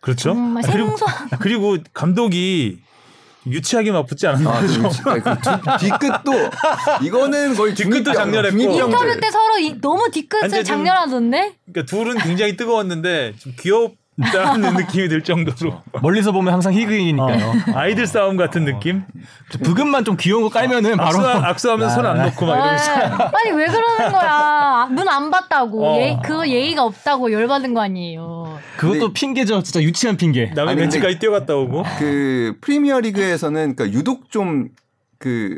Speaker 2: 그렇죠?
Speaker 1: 정말
Speaker 2: 아, 그리고,
Speaker 1: 음, 뭐 생소한
Speaker 2: 아, 그리고 감독이 유치하게 맞붙지 않았나?
Speaker 4: 아, 지금 진짜 그 뒤- 뒤끝도 이거는 거의
Speaker 2: 어. 뒤끝도
Speaker 4: 중립병, 아,
Speaker 2: 장렬했고.
Speaker 4: 중립병
Speaker 1: 인터뷰 때 서로 이- 너무 뒤끝을
Speaker 2: 완전 좀-
Speaker 1: 장렬하던데
Speaker 2: 그러니까 둘은 굉장히 뜨거웠는데 좀 귀엽다는 느낌이 들 정도로
Speaker 5: 멀리서 보면 항상 희극이니까요.
Speaker 1: 어.
Speaker 2: 아이들 싸움 같은 느낌?
Speaker 5: 저 부금만 좀 귀여운 거 깔면은 어, 바로
Speaker 2: 악수, 악수하면서 손 안
Speaker 5: 뭐
Speaker 2: 놓고 막 이러면서
Speaker 1: 아, 아니 왜 그러는 거야 눈 안 봤다고
Speaker 2: 어.
Speaker 1: 예, 그거 예의가 없다고 열받은 거 아니에요
Speaker 5: 그것도
Speaker 4: 근데-
Speaker 5: 핑계죠. 진짜 유치한 핑계.
Speaker 2: 남의
Speaker 4: 아니, 근데-
Speaker 2: 벤치까지 뛰어갔다 오고
Speaker 4: 그 프리미어 리그에서는 그러니까 유독 좀 그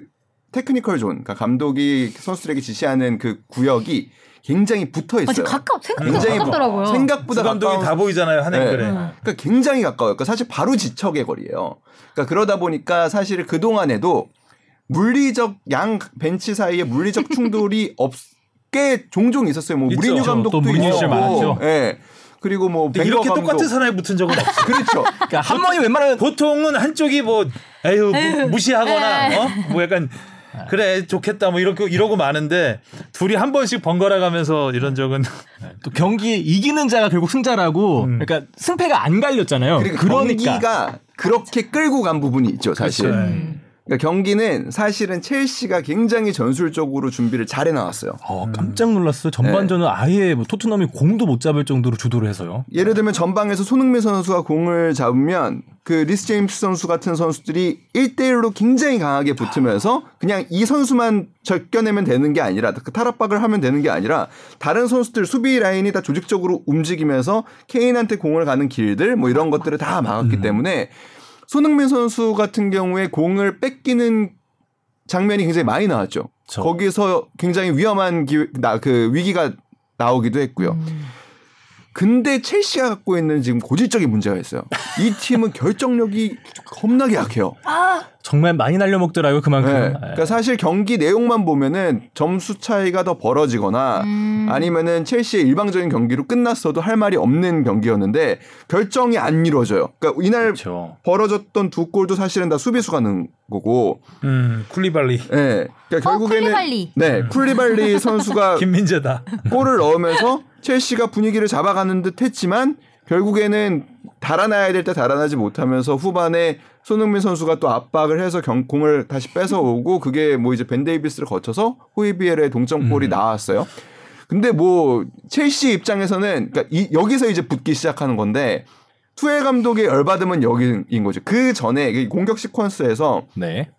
Speaker 4: 테크니컬 존, 그러니까 감독이 선수들에게 지시하는 그 구역이 굉장히 붙어
Speaker 1: 아,
Speaker 4: 있어요. 뭐
Speaker 1: 진짜 가깝 생각보다 가깝더라고요
Speaker 4: 생각보다
Speaker 2: 두그 감독이
Speaker 4: 가까운
Speaker 2: 다 보이잖아요 한
Speaker 4: 네.
Speaker 2: 앵글에
Speaker 1: 음.
Speaker 4: 그러니까 굉장히 가까워요. 그러니까 사실 바로 지척의 거리예요. 그러니까 그러다 보니까 사실 그 동안에도 물리적 양 벤치 사이에 물리적 충돌이 없게 종종 있었어요. 뭐
Speaker 2: 있죠.
Speaker 4: 무리뉴
Speaker 2: 또
Speaker 4: 감독도
Speaker 5: 무리뉴
Speaker 4: 있었고,
Speaker 5: 시절 많았죠.
Speaker 4: 예. 그리고 뭐
Speaker 2: 근데
Speaker 4: 벵거
Speaker 2: 이렇게
Speaker 4: 감독.
Speaker 2: 똑같은 사람이 붙은 적은 없어.
Speaker 4: 그렇죠.
Speaker 5: 그러니까 한 번이 웬만하면
Speaker 2: 보통은 한쪽이 뭐 에휴 무-
Speaker 4: 네.
Speaker 2: 무시하거나 어? 뭐 약간 그래 좋겠다 뭐 이렇게 이러고 마는데 둘이 한 번씩 번갈아 가면서 이런 적은
Speaker 4: 네.
Speaker 5: 또 경기 이기는 자가 결국 승자라고.
Speaker 2: 음.
Speaker 5: 그러니까 승패가 안 갈렸잖아요.
Speaker 4: 그러니까,
Speaker 5: 그러니까
Speaker 4: 경기가 그렇게 끌고 간 부분이 있죠, 사실.
Speaker 2: 그렇죠.
Speaker 4: 그러니까 경기는 사실은 첼시가 굉장히 전술적으로 준비를 잘해 나왔어요.
Speaker 5: 어, 깜짝
Speaker 4: 네.
Speaker 5: 놀랐어요. 전반전은 아예 뭐 토트넘이 공도 못 잡을 정도로 주도를 해서요.
Speaker 4: 예를 들면 전방에서 손흥민 선수가 공을 잡으면 그 리스 제임스 선수 같은 선수들이 1대1로 굉장히 강하게 붙으면서 그냥 이 선수만 적겨내면 되는 게 아니라 그 탈압박을 하면 되는 게 아니라 다른 선수들 수비 라인이 다 조직적으로 움직이면서 케인한테 공을 가는 길들 뭐 이런 것들을 다 막았기 때문에 손흥민 선수 같은 경우에 공을 뺏기는 장면이 굉장히 많이 나왔죠.
Speaker 5: 저-
Speaker 4: 거기서 굉장히 위험한 기, 나, 그 위기가 나오기도 했고요. 근데 첼시가 갖고 있는 지금 고질적인 문제가 있어요. 이 팀은 결정력이 겁나게 약해요.
Speaker 1: 아,
Speaker 5: 정말 많이 날려먹더라고요.
Speaker 4: 네.
Speaker 5: 그만큼. 예.
Speaker 4: 그러니까 사실 경기 내용만 보면은 점수 차이가 더 벌어지거나
Speaker 1: 음.
Speaker 4: 아니면은 첼시의 일방적인 경기로 끝났어도 할 말이 없는 경기였는데 결정이 안 이루어져요. 그러니까 이날
Speaker 5: 그렇죠.
Speaker 4: 벌어졌던 두 골도 사실은 다 수비수가 넣은 거고,
Speaker 2: 음 쿨리발리
Speaker 4: 예. 그러니까
Speaker 1: 어,
Speaker 4: 결국에는
Speaker 1: 쿨리발리.
Speaker 4: 네 쿨리발리 선수가
Speaker 2: 김민재다.
Speaker 4: 골을 넣으면서 첼시가 분위기를 잡아가는 듯 했지만 결국에는 달아나야 될 때 달아나지 못하면서 후반에 손흥민 선수가 또 압박을 해서 경, 공을 다시 뺏어오고 그게 뭐 이제 벤 데이비스를 거쳐서 호이비엘의 동점골이 나왔어요. 근데 뭐 첼시 입장에서는 그러니까 이- 여기서 이제 붙기 시작하는 건데 투엘 감독의 열받음은 여기인 거죠. 그 전에 이 공격 시퀀스에서
Speaker 5: 네.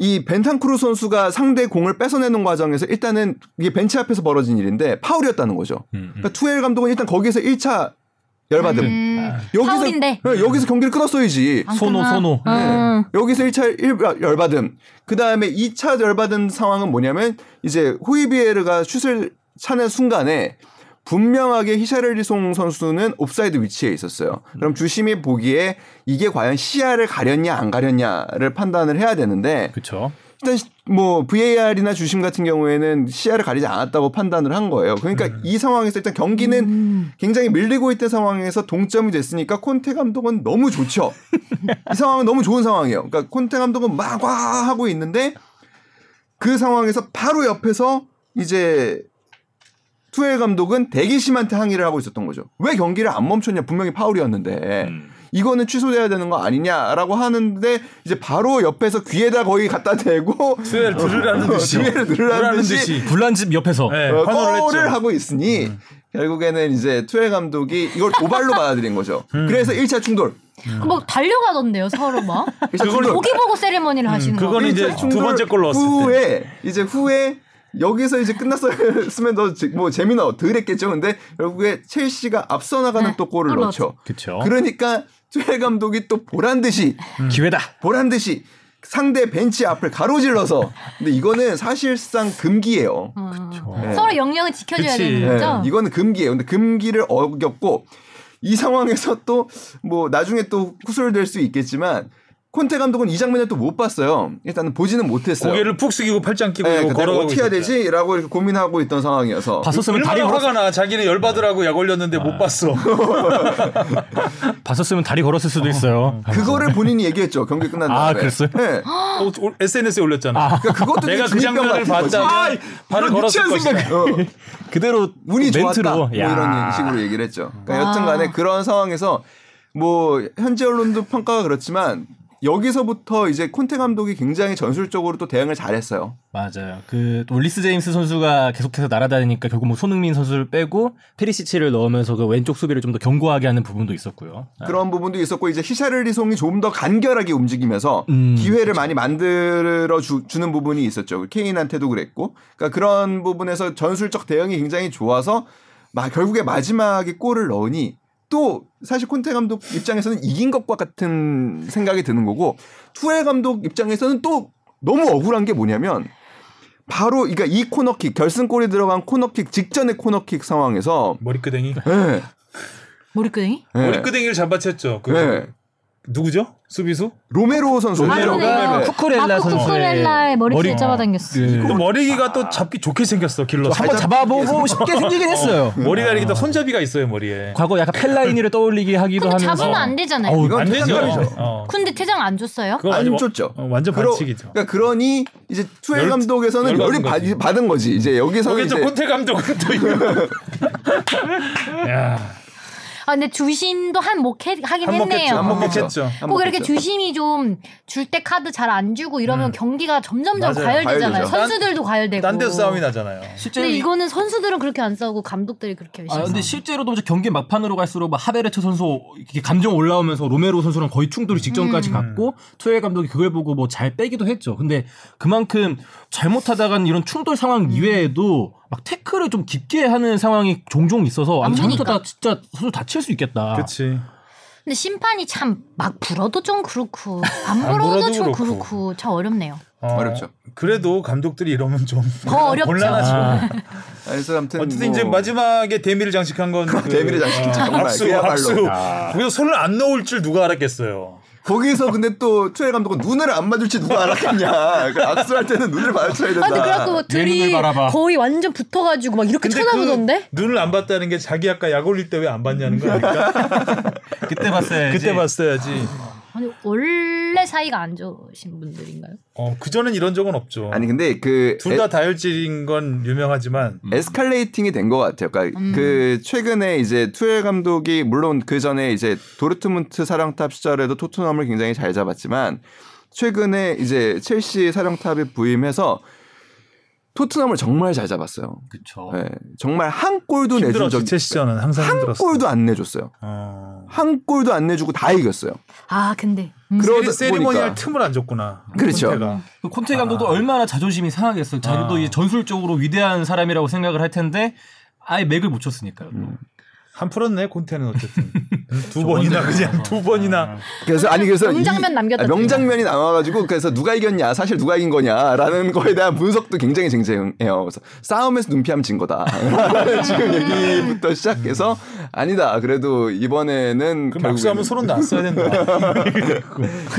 Speaker 4: 이 벤탄크루 선수가 상대 공을 뺏어내는 과정에서 일단은 이게 벤치 앞에서 벌어진 일인데 파울이었다는 거죠. 그러니까 투엘 감독은 일단 거기에서 1차 열받음.
Speaker 1: 음,
Speaker 4: 여기서
Speaker 1: 파울인데.
Speaker 4: 네, 여기서 경기를 끊었어야지.
Speaker 1: 안
Speaker 5: 소노, 음.
Speaker 1: 끊어.
Speaker 5: 소노.
Speaker 1: 어.
Speaker 4: 네. 여기서 1차 일- 열받음. 그다음에 2차 열받은 상황은 뭐냐면 이제 호이비에르가 슛을 차는 순간에 분명하게 히샤를리송 선수는 옵사이드 위치에 있었어요. 그럼 주심이 보기에 이게 과연 시야를 가렸냐 안 가렸냐를 판단을 해야 되는데
Speaker 5: 그렇죠.
Speaker 4: 일단 시- 뭐 VAR이나 주심 같은 경우에는 시야를 가리지 않았다고 판단을 한 거예요. 그러니까 이 상황에서 일단 경기는 굉장히 밀리고 있던 상황에서 동점이 됐으니까 콘테 감독은 너무 좋죠. 이 상황은 너무 좋은 상황이에요. 그러니까 콘테 감독은 막 와 하고 있는데 그 상황에서 바로 옆에서 이제 투엘 감독은 대기심한테 항의를 하고 있었던 거죠. 왜 경기를 안 멈췄냐? 분명히 파울이었는데
Speaker 2: 음.
Speaker 4: 이거는 취소돼야 되는 거 아니냐라고 하는데 이제 바로 옆에서 귀에다 거의 갖다 대고
Speaker 2: 수혜를 들으라는 어, 듯이
Speaker 4: 수혜를 들으라는 듯이
Speaker 5: 불란집 옆에서.
Speaker 2: 네,
Speaker 4: 어,
Speaker 2: 환호를
Speaker 4: 거를
Speaker 2: 했죠. 음.
Speaker 4: 하고 있으니 결국에는 이제 투엘 감독이 이걸 도발로 받아들인 거죠.
Speaker 2: 음.
Speaker 4: 그래서 1차 충돌.
Speaker 1: 막뭐 달려가던데요 서로 막
Speaker 4: 1차 충돌.
Speaker 1: 고기 보고
Speaker 5: 음,
Speaker 1: 세리머니를 하시는 거
Speaker 2: 그거는 이제
Speaker 4: 일차 충돌
Speaker 2: 두 번째 골 넣었을 때.
Speaker 4: 후에 이제 후에 여기서 이제 끝났으면 더 뭐 재미나 덜 했겠죠. 근데 결국에 첼시가 앞서 나가는
Speaker 1: 네,
Speaker 4: 또 골을
Speaker 1: 골
Speaker 4: 넣죠.
Speaker 5: 그쵸.
Speaker 4: 그러니까 투엘 감독이 또 보란 듯이
Speaker 5: 기회다.
Speaker 4: 보란 듯이 상대 벤치 앞을 가로질러서 근데 이거는 사실상 금기예요.
Speaker 1: 어,
Speaker 4: 네.
Speaker 1: 음. 서로 영역을 지켜줘야
Speaker 2: 그치.
Speaker 1: 되는
Speaker 4: 네,
Speaker 1: 거죠
Speaker 4: 이거는 금기예요. 근데 금기를 어겼고 이 상황에서 또 뭐 나중에 또 후술될 수 있겠지만 콘테 감독은 이 장면을 또 못 봤어요. 일단은 보지는 못했어요.
Speaker 2: 고개를 푹 숙이고 팔짱 끼고
Speaker 4: 네,
Speaker 2: 이러고
Speaker 4: 그러니까 내가
Speaker 2: 걸어가고
Speaker 4: 어떻게 해야
Speaker 2: 있었죠.
Speaker 4: 되지라고 이렇게 고민하고 있던 상황이어서
Speaker 5: 봤었으면 다리
Speaker 2: 얼마나
Speaker 5: 걸었
Speaker 2: 화가 나. 자기는 열받으라고 약 올렸는데
Speaker 4: 아.
Speaker 2: 못 봤어.
Speaker 5: 봤었으면 다리 걸었을 수도 있어요.
Speaker 4: 그거를 본인이 얘기했죠 경기 끝난 다음에.
Speaker 5: 아, 그랬어요?
Speaker 4: 네.
Speaker 2: 어, SNS에 올렸잖아.
Speaker 4: 그러니까 그것도
Speaker 2: 내가
Speaker 4: 되게
Speaker 2: 그
Speaker 4: 중립병
Speaker 2: 장면을
Speaker 4: 같은 거지.
Speaker 2: 봤다면
Speaker 4: 아이,
Speaker 2: 발을
Speaker 4: 이런
Speaker 2: 걸었을
Speaker 4: 유치한
Speaker 2: 것이다.
Speaker 4: 생각. 어.
Speaker 5: 그대로
Speaker 4: 운이 좋았다.
Speaker 5: 멘트로
Speaker 4: 뭐 이런 식으로 얘기를 했죠. 그러니까 여튼간에 그런 상황에서 뭐 현지 언론도 평가가 그렇지만 여기서부터 이제 콘테 감독이 굉장히 전술적으로 또 대응을 잘했어요.
Speaker 5: 맞아요. 그 올리스 제임스 선수가 계속해서 날아다니니까 결국 뭐 손흥민 선수를 빼고 페리시치를 넣으면서 그 왼쪽 수비를 좀 더 견고하게 하는 부분도 있었고요.
Speaker 4: 그런 부분도 있었고 이제 히샤를리송이 조금 더 간결하게 움직이면서
Speaker 5: 음,
Speaker 4: 기회를 많이 만들어 주, 는 부분이 있었죠. 케인한테도 그랬고 그러니까 그런 부분에서 전술적 대응이 굉장히 좋아서 마- 결국에 마지막에 골을 넣으니 또 사실 콘테 감독 입장에서는 이긴 것과 같은 생각이 드는 거고 투엘 감독 입장에서는 또 너무 억울한 게 뭐냐면 바로 그러니까 이 코너킥 결승골이 들어간 코너킥 직전의 코너킥 상황에서
Speaker 2: 머리끄댕이.
Speaker 4: 예,
Speaker 1: 머리끄댕이?
Speaker 4: 예,
Speaker 2: 머리끄댕이를 잡아챘죠. 그
Speaker 4: 예.
Speaker 2: 누구죠? 수비수?
Speaker 4: 로메로 선수
Speaker 1: 아,
Speaker 2: 로메로가
Speaker 1: 그러네요.
Speaker 2: 네.
Speaker 5: 쿠쿠렐라
Speaker 1: 마크
Speaker 5: 선수의
Speaker 1: 쿠쿠렐라의 머리채
Speaker 5: 머리- 네.
Speaker 1: 잡아당겼어.
Speaker 4: 네.
Speaker 2: 또 머리가 또 잡기 좋게 생겼어. 길러.
Speaker 5: 그 한번 잡아보고 싶게 생기긴 했어요.
Speaker 2: 머리가
Speaker 4: 아.
Speaker 2: 이렇게 딱 손잡이가 있어요 머리에.
Speaker 5: 네. 과거 약간 펠라이니를 떠올리게 하기도
Speaker 1: 근데
Speaker 5: 하면서
Speaker 1: 잡으면 안 되잖아요.
Speaker 5: 어우,
Speaker 4: 이건
Speaker 2: 안 되죠.
Speaker 4: 퇴장감이죠.
Speaker 2: 어.
Speaker 1: 근데 퇴장 안 줬어요?
Speaker 2: 그건
Speaker 4: 안
Speaker 2: 아주 뭐-
Speaker 4: 줬죠.
Speaker 2: 어, 완전
Speaker 4: 그러,
Speaker 2: 반칙이죠.
Speaker 4: 그러니까 그러니 이제 투엘
Speaker 2: 열-
Speaker 4: 감독에서는 열이
Speaker 2: 열받은
Speaker 4: 받,
Speaker 2: 거지.
Speaker 4: 받은 거지. 이제 여기서는
Speaker 2: 거기
Speaker 4: 이제
Speaker 2: 또 콘테 감독은 또 이거. 야,
Speaker 1: 아 근데 주심도 한몫 해- 하긴
Speaker 2: 한몫했죠.
Speaker 1: 했네요.
Speaker 2: 한몫했죠.
Speaker 1: 꼭 이렇게
Speaker 4: 한몫했죠.
Speaker 1: 주심이 좀 줄 때 카드 잘 안 주고 이러면 경기가 점점점
Speaker 2: 맞아요.
Speaker 1: 과열되잖아요.
Speaker 4: 과열되죠.
Speaker 1: 선수들도 과열되고.
Speaker 2: 딴 데서 싸움이 나잖아요.
Speaker 5: 네. 실제로
Speaker 1: 근데
Speaker 5: 이-
Speaker 1: 이거는 선수들은 그렇게 안 싸우고 감독들이 그렇게 열심히.
Speaker 5: 아 근데
Speaker 1: 싸워요.
Speaker 5: 실제로도 이제 경기 막판으로 갈수록 막 하베르트 선수 이렇게 감정 올라오면서 로메로 선수랑 거의
Speaker 1: 음.
Speaker 5: 충돌이 직전까지 갔고 투엘 감독이 그걸 보고 뭐 잘 빼기도 했죠. 근데 그만큼 잘못하다간 이런 충돌 상황
Speaker 1: 음.
Speaker 5: 이외에도 막 태클을 좀 깊게 하는 상황이 종종 있어서 아,
Speaker 1: 안 보니까.
Speaker 5: 잘못하다 진짜 선수 다칠 수
Speaker 4: 아.
Speaker 5: 있겠다.
Speaker 2: 그렇지.
Speaker 1: 근데 심판이 참 막 불어도 좀 그렇고 안
Speaker 2: 안
Speaker 1: 불어도
Speaker 2: 불어도
Speaker 1: 좀
Speaker 2: 그렇고.
Speaker 1: 그렇고 참 어렵네요.
Speaker 2: 어,
Speaker 4: 어렵죠.
Speaker 2: 그래도 감독들이 이러면 좀
Speaker 1: 더 어렵죠.
Speaker 2: 곤란하죠.
Speaker 5: 아,
Speaker 4: 그래서 아무튼
Speaker 2: 어쨌든
Speaker 4: 뭐
Speaker 2: 이제 마지막에 데미를 장식한 건 그,
Speaker 4: 데미를 장식한 정말
Speaker 2: 압수
Speaker 4: 그야말로. 아.
Speaker 2: 압수. 거기서 손을 안 넣을 줄 누가 알았겠어요.
Speaker 4: 거기서 근데 또 투엘 감독은 눈을 안 마주치 누가 알았겠냐. 그러니까 악수할 때는 눈을 마주쳐야 된다.
Speaker 1: 아, 근데 그래갖고 둘이
Speaker 3: 눈을 바라봐.
Speaker 1: 거의 완전 붙어가지고 막 이렇게 쳐다보던데?
Speaker 2: 그 눈을 안 봤다는 게 자기 아까 약 올릴 때 왜 안 봤냐는 거 아닐까?
Speaker 3: 그때 봤어요.
Speaker 2: 그때 봤어야지.
Speaker 1: 아니 원래 사이가 안 좋으신 분들인가요?
Speaker 2: 어, 그전엔 이런 적은 없죠.
Speaker 4: 아니 근데 그
Speaker 2: 둘 다 다혈질인 건 유명하지만
Speaker 4: 에, 스칼레이팅이된 것 같아요. 그러니까 그 최근에 이제 투엘 감독이 물론 그 전에 이제 도르트문트 사령탑 시절에도 토트넘을 굉장히 잘 잡았지만 최근에 이제 첼시 사령탑에 부임해서 토트넘을 정말 잘 잡았어요.
Speaker 5: 그쵸.
Speaker 4: 예, 정말 한 골도 내준
Speaker 2: 힘들었죠.
Speaker 4: 적이
Speaker 2: 체시전은 항상
Speaker 4: 한
Speaker 2: 힘들었어.
Speaker 4: 골도 안 내줬어요.
Speaker 2: 어.
Speaker 4: 한 골도 안 내주고 다 이겼어요.
Speaker 1: 아 근데 음.
Speaker 4: 그러다
Speaker 2: 세리머니할
Speaker 4: 보니까
Speaker 2: 틈을 안 줬구나.
Speaker 4: 그렇죠.
Speaker 2: 콘테가.
Speaker 5: 그 콘테 감독도 얼마나 자존심이 상하겠어요. 자기도
Speaker 2: 아.
Speaker 5: 이제 전술적으로 위대한 사람이라고 생각을 할 텐데 아예 맥을 못 쳤으니까요. 또.
Speaker 2: 한 풀었네 콘테는 어쨌든 두 번이나 그냥 두 번이나
Speaker 4: 그래서 아니 그래서 이-
Speaker 1: 명장면 남겼다,
Speaker 4: 아, 명장면이 남아가지고 그래서 누가 이겼냐 사실 누가 이긴 거냐라는 거에 대한 분석도 굉장히 쟁쟁해요. 그래서 싸움에서 눈피하면 진 거다. 지금 얘기부터 시작해서 아니다. 그래도 이번에는
Speaker 2: 그럼 악수하면
Speaker 4: 결국에는-
Speaker 2: 소론 났어야 된다.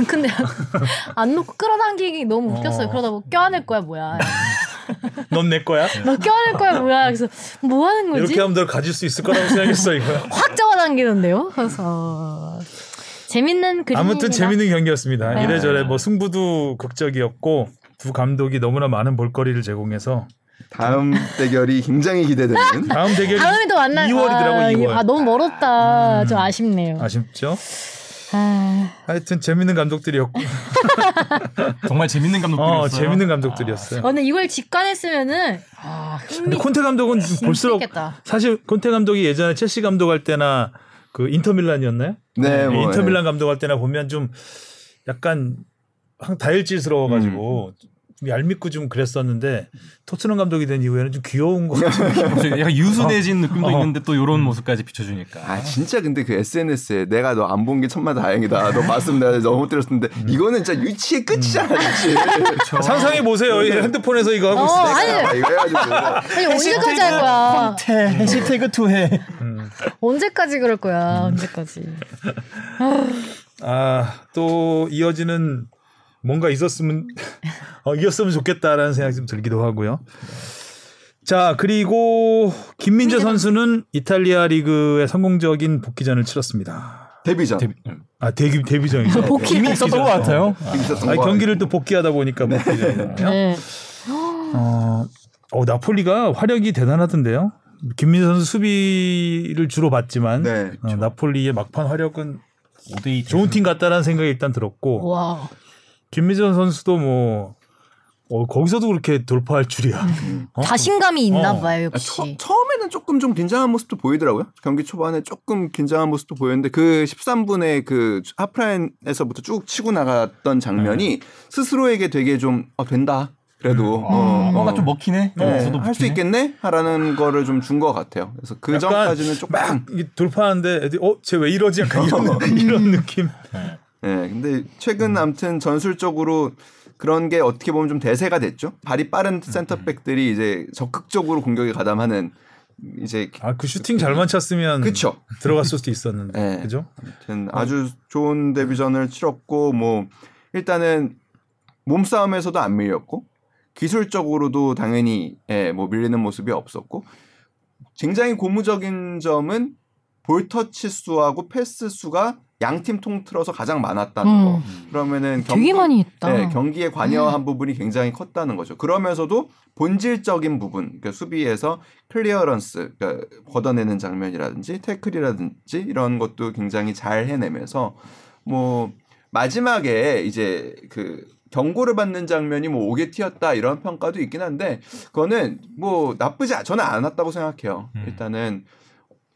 Speaker 1: 근데 안 놓고 끌어당기기 너무 웃겼어요.
Speaker 2: 어.
Speaker 1: 그러다 뭐 껴안을 거야 뭐야.
Speaker 2: 넌 내 거야.
Speaker 4: 네.
Speaker 1: 막 껴안을 거야 뭐야. 그래서 뭐 하는 거지?
Speaker 2: 이렇게 하면 널 가질 수 있을 거라고 생각했어 이거.
Speaker 1: 확 잡아당기는데요. 그래서 재밌는 그림입니다.
Speaker 2: 아무튼 재밌는 경기였습니다.
Speaker 1: 네.
Speaker 2: 이래저래 뭐 승부도 극적이었고 두 감독이 너무나 많은 볼거리를 제공해서
Speaker 4: 다음 대결이 굉장히 기대되는.
Speaker 2: 다음 대결이
Speaker 1: 다음에 또 만나.
Speaker 2: 2월이더라고
Speaker 1: 아,
Speaker 2: 2월. 음.
Speaker 1: 아 너무 멀었다. 좀 아쉽네요.
Speaker 2: 아쉽죠.
Speaker 1: 아,
Speaker 2: 하여튼 재밌는 감독들이었고
Speaker 5: 정말 재밌는 감독들이었어요.
Speaker 2: 어, 재밌는 감독들이었어요.
Speaker 1: 근데 이걸 직관했으면은 아,
Speaker 2: 근데
Speaker 1: 흥미
Speaker 2: 콘테 감독은 볼수록
Speaker 1: 재밌겠다.
Speaker 2: 사실 콘테 감독이 예전에 첼시 감독할 때나 그 인터밀란이었나요? 그
Speaker 4: 네, 뭐,
Speaker 2: 인터밀란 감독할 때나 보면 좀 약간 항- 다혈질스러워가지고 좀 얄밉고 좀 그랬었는데 토트넘 감독이 된 이후에는 좀 귀여운 것 같아요.
Speaker 5: 약간 유순해진 느낌도
Speaker 2: 어.
Speaker 5: 있는데 또 이런 모습까지 비춰주니까.
Speaker 4: 아 진짜 근데 그 SNS에 내가 너 안 본 게 천만 다행이다. 너 봤으면 내가 너무 때렸는데
Speaker 2: 음.
Speaker 4: 이거는 진짜 유치의 끝이잖아. 유치.
Speaker 2: 어. 상상해 보세요. 이 핸드폰에서 이거 하고
Speaker 1: 어,
Speaker 2: 있어.
Speaker 1: 아니,
Speaker 4: 아, 이거 해가지고.
Speaker 1: 아니 언제까지 할 거야?
Speaker 5: 태 해시태그 투해.
Speaker 2: 음. 어,
Speaker 1: 언제까지 그럴 거야? 언제까지?
Speaker 2: 아, 또 이어지는 뭔가 있었으면 어, 이었으면 좋겠다라는 생각이 좀 들기도 하고요. 자, 그리고 김민재 선수는 이탈리아 리그의 성공적인 복귀전을 치렀습니다.
Speaker 4: 데뷔전.
Speaker 2: 아, 데뷔 데뷔전이죠.
Speaker 1: 복귀.
Speaker 3: 이미 있었던 것
Speaker 5: 어,
Speaker 3: 같아요.
Speaker 4: 있었던
Speaker 2: 아니,
Speaker 4: 거
Speaker 2: 경기를 또 복귀하다 보니까 복귀전이잖아요.
Speaker 1: 네.
Speaker 2: 어, 어, 나폴리가 화력이 대단하던데요. 김민재 선수 수비를 주로 봤지만
Speaker 4: 네.
Speaker 2: 어, 나폴리의 막판 화력은
Speaker 5: 어.
Speaker 3: 5대2
Speaker 2: 좋은 팀 같다라는 생각이 일단 들었고
Speaker 1: 와.
Speaker 2: 김민전 선수도 뭐 어, 거기서도 그렇게 돌파할 줄이야.
Speaker 4: 음.
Speaker 2: 어?
Speaker 1: 자신감이 있나
Speaker 2: 어.
Speaker 1: 봐요,
Speaker 4: 아,
Speaker 1: 역시.
Speaker 4: 처, 음에는 조금 좀 긴장한 모습도 보이더라고요. 경기 초반에 조금 긴장한 모습도 보였는데 그 13분에 그 하프라인에서부터 쭉 치고 나갔던
Speaker 3: 네.
Speaker 4: 장면이 스스로에게 되게 좀 아, 된다. 그래도 어,
Speaker 3: 음. 아, 뭔가
Speaker 4: 어.
Speaker 3: 좀 먹히네.
Speaker 4: 네,
Speaker 3: 저도
Speaker 4: 할수
Speaker 3: 먹히네.
Speaker 4: 있겠네? 하라는 거를 좀 준 것 같아요. 그래서 그
Speaker 2: 약간
Speaker 4: 전까지는 조금
Speaker 2: 막 이게 돌파하는데 애들이 어쟤 왜 이러지 약간
Speaker 4: 음.
Speaker 2: 이런 이런 느낌.
Speaker 4: 예, 근데
Speaker 3: 음.
Speaker 4: 최근 아무튼 전술적으로 그런 게 어떻게 보면 좀 대세가 됐죠. 발이
Speaker 3: 음,
Speaker 4: 빠른 센터백들이 이제 적극적으로 공격에 가담하는 이제
Speaker 2: 아 그 슈팅 잘만
Speaker 3: 음.
Speaker 2: 찼으면
Speaker 4: 그쵸.
Speaker 2: 들어갔을 수도 있었는데
Speaker 4: 네.
Speaker 2: 그죠?
Speaker 4: 아무튼
Speaker 1: 어.
Speaker 4: 아주 좋은 데뷔전을 치렀고 뭐 일단은 몸싸움에서도 안 밀렸고 기술적으로도 당연히 예, 뭐 밀리는 모습이 없었고 굉장히 고무적인 점은 볼 터치 수하고 패스 수가 양팀 통틀어서 가장 많았다는 거.
Speaker 1: 음.
Speaker 4: 그러면은
Speaker 1: 되게
Speaker 4: 경기-
Speaker 1: 많이 했다.
Speaker 4: 네, 경기에 관여한 부분이 굉장히 컸다는 거죠. 그러면서도 본질적인 부분, 그러니까 수비에서 클리어런스, 그러니까 걷어내는 장면이라든지 태클이라든지 이런 것도 굉장히 잘 해내면서 뭐 마지막에 이제 그 경고를 받는 장면이 뭐 오게 튀었다 이런 평가도 있긴 한데 그거는 뭐 나쁘지 않- 저는 않았다고 생각해요. 일단은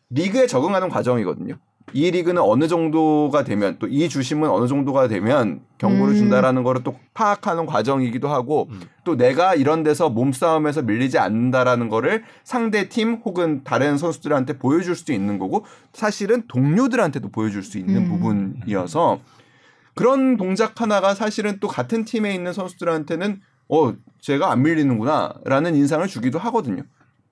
Speaker 4: 리그에 적응하는 과정이거든요. 이 리그는 어느 정도가 되면 또 이 주심은 어느 정도가 되면 경고를
Speaker 1: 음.
Speaker 4: 준다라는 거를 또 파악하는 과정이기도 하고 또 내가 이런 데서 몸싸움에서 밀리지 않는다라는 거를 상대 팀 혹은 다른 선수들한테 보여줄 수도 있는 거고 사실은 동료들한테도 보여줄 수 있는
Speaker 1: 음.
Speaker 4: 부분이어서 그런 동작 하나가 사실은 또 같은 팀에 있는 선수들한테는 어 제가 안 밀리는구나라는 인상을 주기도 하거든요.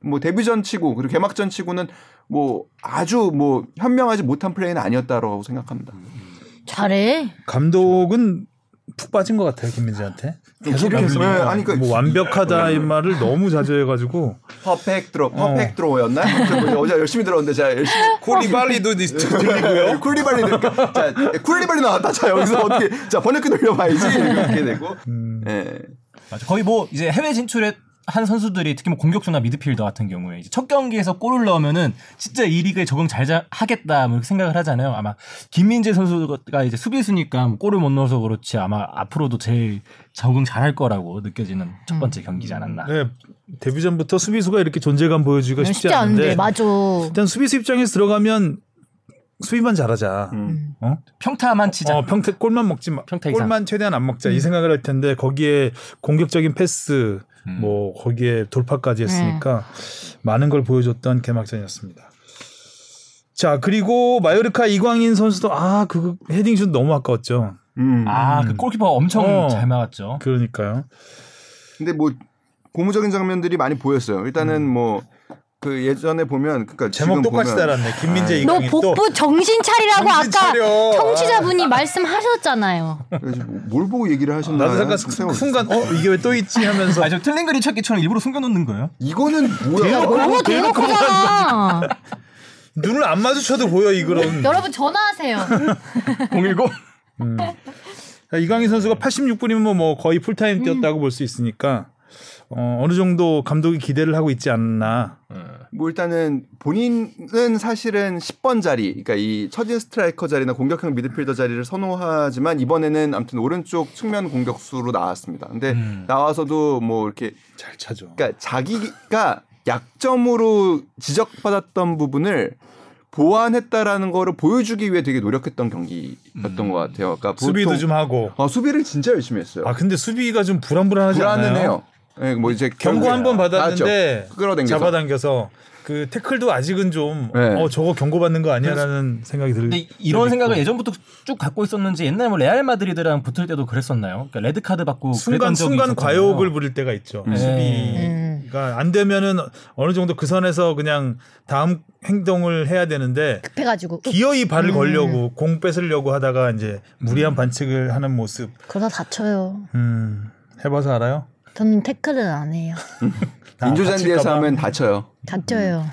Speaker 4: 뭐 데뷔전 치고 그리고 개막전 치고는 뭐 아주 뭐 현명하지 못한 플레이는 아니었다라고 생각합니다.
Speaker 1: 잘해.
Speaker 2: 감독은 푹 빠진 것 같아요 김민재한테. 계속해서
Speaker 4: 네, 아니 그
Speaker 2: 뭐 완벽하다 이 말을 너무 자주 해가지고
Speaker 4: 퍼펙트로 퍼펙트로였나? 어제 열심히 들었는데 제가 열심히
Speaker 2: 콜리발리도 네.
Speaker 4: 들리고요. 쿨리발리 들까? 자 예, 쿨리발리 나왔다. 자 여기서 어떻게 자 번역기 돌려봐야지
Speaker 2: 음.
Speaker 4: 이렇게 되고. 예.
Speaker 3: 맞아. 거의 뭐 이제 해외 진출에 한 선수들이 특히 뭐 공격수나 미드필더 같은 경우에 이제 첫 경기에서 골을 넣으면은 진짜 이 리그에 적응 잘 자- 하겠다 뭐 이렇게 생각을 하잖아요. 아마 김민재 선수가 이제 수비수니까 뭐 골을 못 넣어서 그렇지 아마 앞으로도 제일 적응 잘할 거라고 느껴지는 첫 번째 경기지 않았나.
Speaker 2: 네, 데뷔전부터 수비수가 이렇게 존재감 보여주기가 쉽지,
Speaker 1: 쉽지 않은데,
Speaker 2: 않은데
Speaker 1: 맞아.
Speaker 2: 일단 수비수 입장에서 들어가면 수비만 잘하자.
Speaker 4: 음.
Speaker 2: 어?
Speaker 3: 평타만 치자.
Speaker 2: 어, 평타 골만 먹지 마.
Speaker 3: 평타 이상.
Speaker 2: 골만 최대한 안 먹자 이 생각을 할 텐데 거기에 공격적인 패스
Speaker 3: 음.
Speaker 2: 뭐 거기에 돌파까지
Speaker 1: 네.
Speaker 2: 했으니까 많은 걸 보여줬던 개막전이었습니다. 자 그리고 마요르카 이광인 선수도 아 그 헤딩슛 너무 아까웠죠.
Speaker 4: 음.
Speaker 3: 아, 그 골키퍼 엄청
Speaker 2: 어.
Speaker 3: 잘 막았죠.
Speaker 2: 그러니까요.
Speaker 4: 근데 뭐 고무적인 장면들이 많이 보였어요. 일단은 뭐 그 예전에 보면 그러니까
Speaker 2: 음. 제목
Speaker 4: 지금
Speaker 2: 똑같이
Speaker 4: 보면
Speaker 2: 달았네.
Speaker 3: 아,
Speaker 2: 김민재
Speaker 3: 예.
Speaker 1: 너
Speaker 2: 이광인 또
Speaker 1: 복부 정신 차리라고
Speaker 2: 정신
Speaker 1: 아까
Speaker 2: 차려.
Speaker 1: 청취자분이 말씀하셨잖아요.
Speaker 4: 그래서 뭐 뭘 보고 얘기를 하셨나?
Speaker 2: 나도 잠깐 순- 순간 어 이게 왜 또 있지 하면서
Speaker 3: 아, 저 틀린 그림 찾기처럼 일부러 숨겨놓는 거예요?
Speaker 4: 이거는 뭐야?
Speaker 1: 너무 대놓고잖아.
Speaker 2: 눈을 안 마주쳐도 보여 이 그런.
Speaker 1: 여러분 전화하세요.
Speaker 3: 010?
Speaker 2: 자, 그러니까 이강인
Speaker 3: 네.
Speaker 2: 선수가 86분이면 뭐 거의
Speaker 3: 음.
Speaker 2: 풀타임 뛰었다고 볼 수 있으니까 어, 느 정도 감독이 기대를 하고 있지 않나.
Speaker 4: 뭐 일단은 본인은 사실은 10번 자리, 그러니까 이 처진 스트라이커 자리나 공격형 미드필더 자리를 선호하지만 이번에는 아무튼 오른쪽 측면 공격수로 나왔습니다. 근데
Speaker 2: 음.
Speaker 4: 나와서도 뭐 이렇게
Speaker 2: 잘 찾아.
Speaker 4: 그러니까 자기가 약점으로 지적받았던 부분을 보완했다라는 거를 보여주기 위해 되게 노력했던 경기였던 것 같아요. 그러니까
Speaker 2: 음. 수비도
Speaker 4: 보통-
Speaker 2: 좀 하고.
Speaker 4: 아, 수비를 진짜 열심히 했어요.
Speaker 2: 아 근데 수비가 좀 불안불안하지
Speaker 4: 불안은
Speaker 2: 않아요?
Speaker 4: 해요. 예, 뭐 이제
Speaker 2: 경고 한 번 받았는데
Speaker 4: 맞죠. 끌어당겨서.
Speaker 2: 잡아당겨서 그 태클도 아직은 좀
Speaker 4: 네.
Speaker 2: 어 저거 경고 받는 거 아니야라는 생각이 들.
Speaker 3: 근데 이런
Speaker 2: 들고.
Speaker 3: 생각을 예전부터 쭉 갖고 있었는지 옛날에 뭐 레알 마드리드랑 붙을 때도 그랬었나요? 그러니까 레드 카드 받고
Speaker 2: 순간
Speaker 3: 그랬던 적이
Speaker 2: 순간
Speaker 3: 있었잖아요.
Speaker 2: 과욕을 부릴 때가 있죠.
Speaker 3: 네.
Speaker 2: 수비
Speaker 1: 음.
Speaker 2: 그러니까 안 되면은 어느 정도 그 선에서 그냥 다음 행동을 해야 되는데
Speaker 1: 급해가지고
Speaker 2: 기어이 발을 걸려고 공 뺏으려고 하다가 이제 무리한 반칙을 하는 모습.
Speaker 1: 그러다 다쳐요.
Speaker 2: 음, 해봐서 알아요?
Speaker 1: 저는 태클은 안 해요.
Speaker 2: 다
Speaker 4: 인조잔디에서
Speaker 2: 다칠까봐.
Speaker 4: 하면 다쳐요.
Speaker 1: 다쳐요.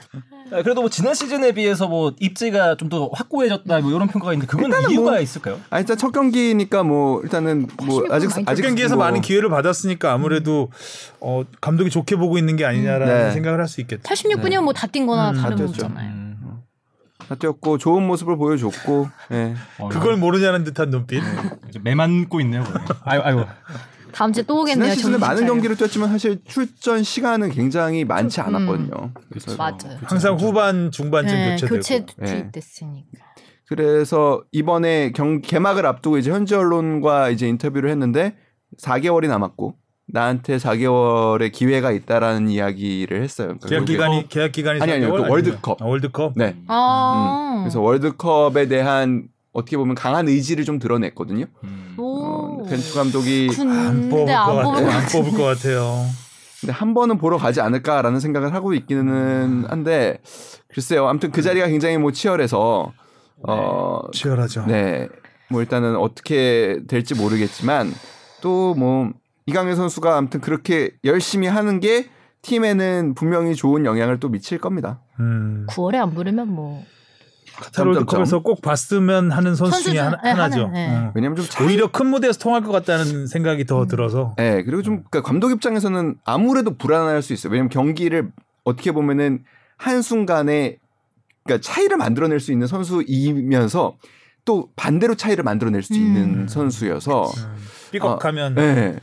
Speaker 2: 네.
Speaker 5: 아, 그래도 뭐 지난 시즌에 비해서 뭐 입지가 좀 더 확고해졌다 뭐 이런 평가가 있는데 그건 이유가
Speaker 2: 뭐
Speaker 5: 있을까요?
Speaker 4: 아 일단 첫 경기니까 뭐 일단은 뭐 아직 아직
Speaker 2: 첫 경기에서
Speaker 4: 뭐
Speaker 2: 많은 기회를 받았으니까 아무래도 어, 감독이 좋게 보고 있는 게 아니냐라는
Speaker 4: 네.
Speaker 2: 생각을 할 수 있겠죠.
Speaker 1: 86분이면 뭐 다 뛴거나
Speaker 2: 음, 다
Speaker 1: 다른
Speaker 4: 뛰었죠.
Speaker 1: 거잖아요.
Speaker 4: 다 뛰었고 좋은 모습을 보여줬고 예.
Speaker 1: 네,
Speaker 5: 어,
Speaker 2: 그걸 모르냐는 듯한 눈빛.
Speaker 4: 네, 그렇죠.
Speaker 5: 이제 매만고 있네요. 그거. 아유 아유.
Speaker 1: 다음 주에 또 오겠네요. 음.
Speaker 4: 지난 시즌에
Speaker 1: 정신
Speaker 4: 많은
Speaker 1: 차려.
Speaker 4: 경기를 뛰었지만 사실 출전 시간은 굉장히 많지 않았거든요. 그래서
Speaker 1: 맞아요.
Speaker 2: 항상
Speaker 4: 그렇죠.
Speaker 2: 후반 중반쯤
Speaker 1: 네,
Speaker 2: 교체되고. 음.
Speaker 1: 교체
Speaker 4: 예.
Speaker 1: 됐으니까.
Speaker 4: 그래서 이번에 경 개막을 앞두고 이제 현지 언론과 이제 인터뷰를 했는데 4개월이 남았고 나한테 4개월의 기회가 있다라는 이야기를 했어요. 그러니까
Speaker 2: 계약
Speaker 4: 그게-
Speaker 2: 기간이 계약 기간이
Speaker 4: 아니, 아니요.
Speaker 2: 4개월?
Speaker 4: 또
Speaker 2: 아니면-
Speaker 4: 월드컵.
Speaker 2: 아, 월드컵.
Speaker 4: 네.
Speaker 1: 아,
Speaker 4: 음. 그래서 월드컵에 대한 어떻게 보면 강한 의지를 좀 드러냈거든요.
Speaker 5: 음.
Speaker 1: 오. 그
Speaker 4: 어, 벤투 감독이
Speaker 2: 안
Speaker 1: 음, 근데
Speaker 2: 뽑을
Speaker 1: 안
Speaker 2: 것
Speaker 1: 뽑을
Speaker 2: 같아요.
Speaker 1: 것
Speaker 2: 안 뽑을 것 같아요.
Speaker 4: 근데 한 번은 보러 가지 않을까라는 생각을 하고 있기는 한데 글쎄요. 아무튼 그 자리가 굉장히 뭐 치열해서 어
Speaker 2: 치열하죠.
Speaker 4: 네. 뭐 일단은 어떻게 될지 모르겠지만 또 뭐 이강인 선수가 아무튼 그렇게 열심히 하는 게 팀에는 분명히 좋은 영향을 또 미칠 겁니다.
Speaker 2: 음.
Speaker 1: 9월에 안 부르면 뭐
Speaker 4: 그
Speaker 2: 카타르 월드컵에서 꼭 봤으면 하는 선수,
Speaker 1: 선수
Speaker 2: 중에
Speaker 1: 중-
Speaker 2: 하나,
Speaker 1: 네,
Speaker 2: 하나죠.
Speaker 1: 하나, 네.
Speaker 2: 음.
Speaker 4: 왜냐면 좀 차이
Speaker 2: 오히려 큰 무대에서 통할 것 같다는 생각이
Speaker 1: 음.
Speaker 2: 더 들어서
Speaker 4: 네, 그리고 좀 그러니까 감독 입장에서는 아무래도 불안할 수 있어요. 왜냐면 경기를 어떻게 보면은 한 순간에 그러니까 차이를 만들어낼 수 있는 선수이면서 또 반대로 차이를 만들어낼 수 있는 선수여서
Speaker 2: 음. 삐걱하면
Speaker 4: 네.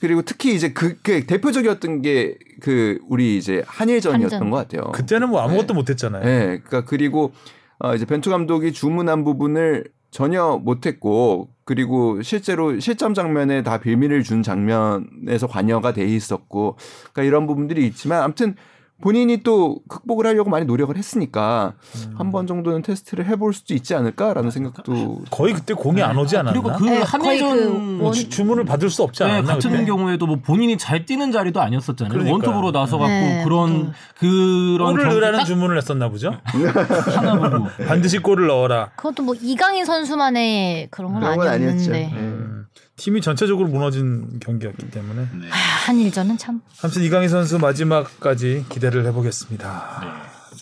Speaker 4: 그리고 특히 이제 그, 그 대표적이었던 게 그 우리 이제 한일전이었던
Speaker 1: 한전.
Speaker 4: 것 같아요.
Speaker 2: 그때는 뭐 아무것도
Speaker 4: 네.
Speaker 2: 못했잖아요.
Speaker 4: 네, 그러니까 그리고 어, 이제 벤투 감독이 주문한 부분을 전혀 못했고 그리고 실제로 실점 장면에 다 빌미를 준 장면에서 관여가 돼 있었고 그러니까 이런 부분들이 있지만 아무튼 본인이 또 극복을 하려고 많이 노력을 했으니까
Speaker 2: 음.
Speaker 4: 한 번 정도는 테스트를 해볼 수도 있지 않을까라는 생각도
Speaker 2: 거의 그때 공이 안 오지 않았나? 뭐
Speaker 5: 그리고 그
Speaker 1: 네, 거의
Speaker 5: 한일전
Speaker 1: 그 원-
Speaker 2: 주, 문을 받을 수 없지
Speaker 5: 네,
Speaker 2: 않았나?
Speaker 5: 같은
Speaker 2: 그때?
Speaker 5: 경우에도 뭐 본인이 잘 뛰는 자리도 아니었었잖아요.
Speaker 2: 그러니까요.
Speaker 5: 원톱으로 나서갖고
Speaker 1: 네,
Speaker 5: 그런
Speaker 1: 네.
Speaker 5: 그런
Speaker 2: 골을
Speaker 5: 경기
Speaker 2: 넣으라는
Speaker 5: 딱
Speaker 2: 주문을 했었나 보죠.
Speaker 5: 하나 보고
Speaker 2: 반드시 골을 넣어라.
Speaker 1: 그것도 뭐 이강인 선수만의 그런 건
Speaker 4: 그런 건 네. 아니었죠.
Speaker 1: 아니었는데
Speaker 2: 음, 팀이 전체적으로 무너진 경기였기 때문에
Speaker 1: 아, 한일전은 참
Speaker 2: 아무튼 이강인 선수 마지막까지 기대를 해보겠습니다.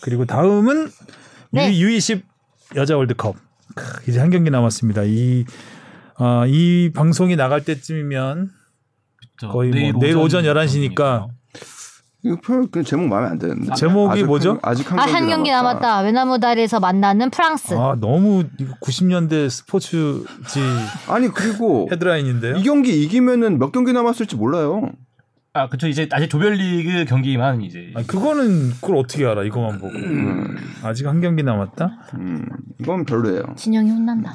Speaker 2: 그리고 다음은
Speaker 1: 네.
Speaker 2: U, 2 0 여자 월드컵. 크, 이제 한 경기 남았습니다. 이, 아, 이 방송이 나갈 때쯤이면
Speaker 5: 저
Speaker 2: 거의 뭐 내일 오전 11시니까
Speaker 4: 이거 표현 그 제목 마음에 안 드는데
Speaker 2: 제목이
Speaker 4: 아직 한-
Speaker 2: 뭐죠?
Speaker 4: 아직 한
Speaker 1: 아,
Speaker 4: 경기,
Speaker 1: 한 경기 남았다. 외나무 다리에서 만나는 프랑스.
Speaker 2: 아, 너무 이거 90년대 스포츠지
Speaker 4: 아니 그리고
Speaker 2: 헤드라인인데요.
Speaker 4: 이 경기 이기면은 몇 경기 남았을지 몰라요.
Speaker 5: 아 그쵸 이제 아직 조별리그 경기만 이제
Speaker 2: 아, 그거는 그걸 어떻게 알아? 이거만 보고. 음. 아직 한 경기 남았다?
Speaker 4: 음, 이건 별로예요.
Speaker 1: 진영이 혼난다.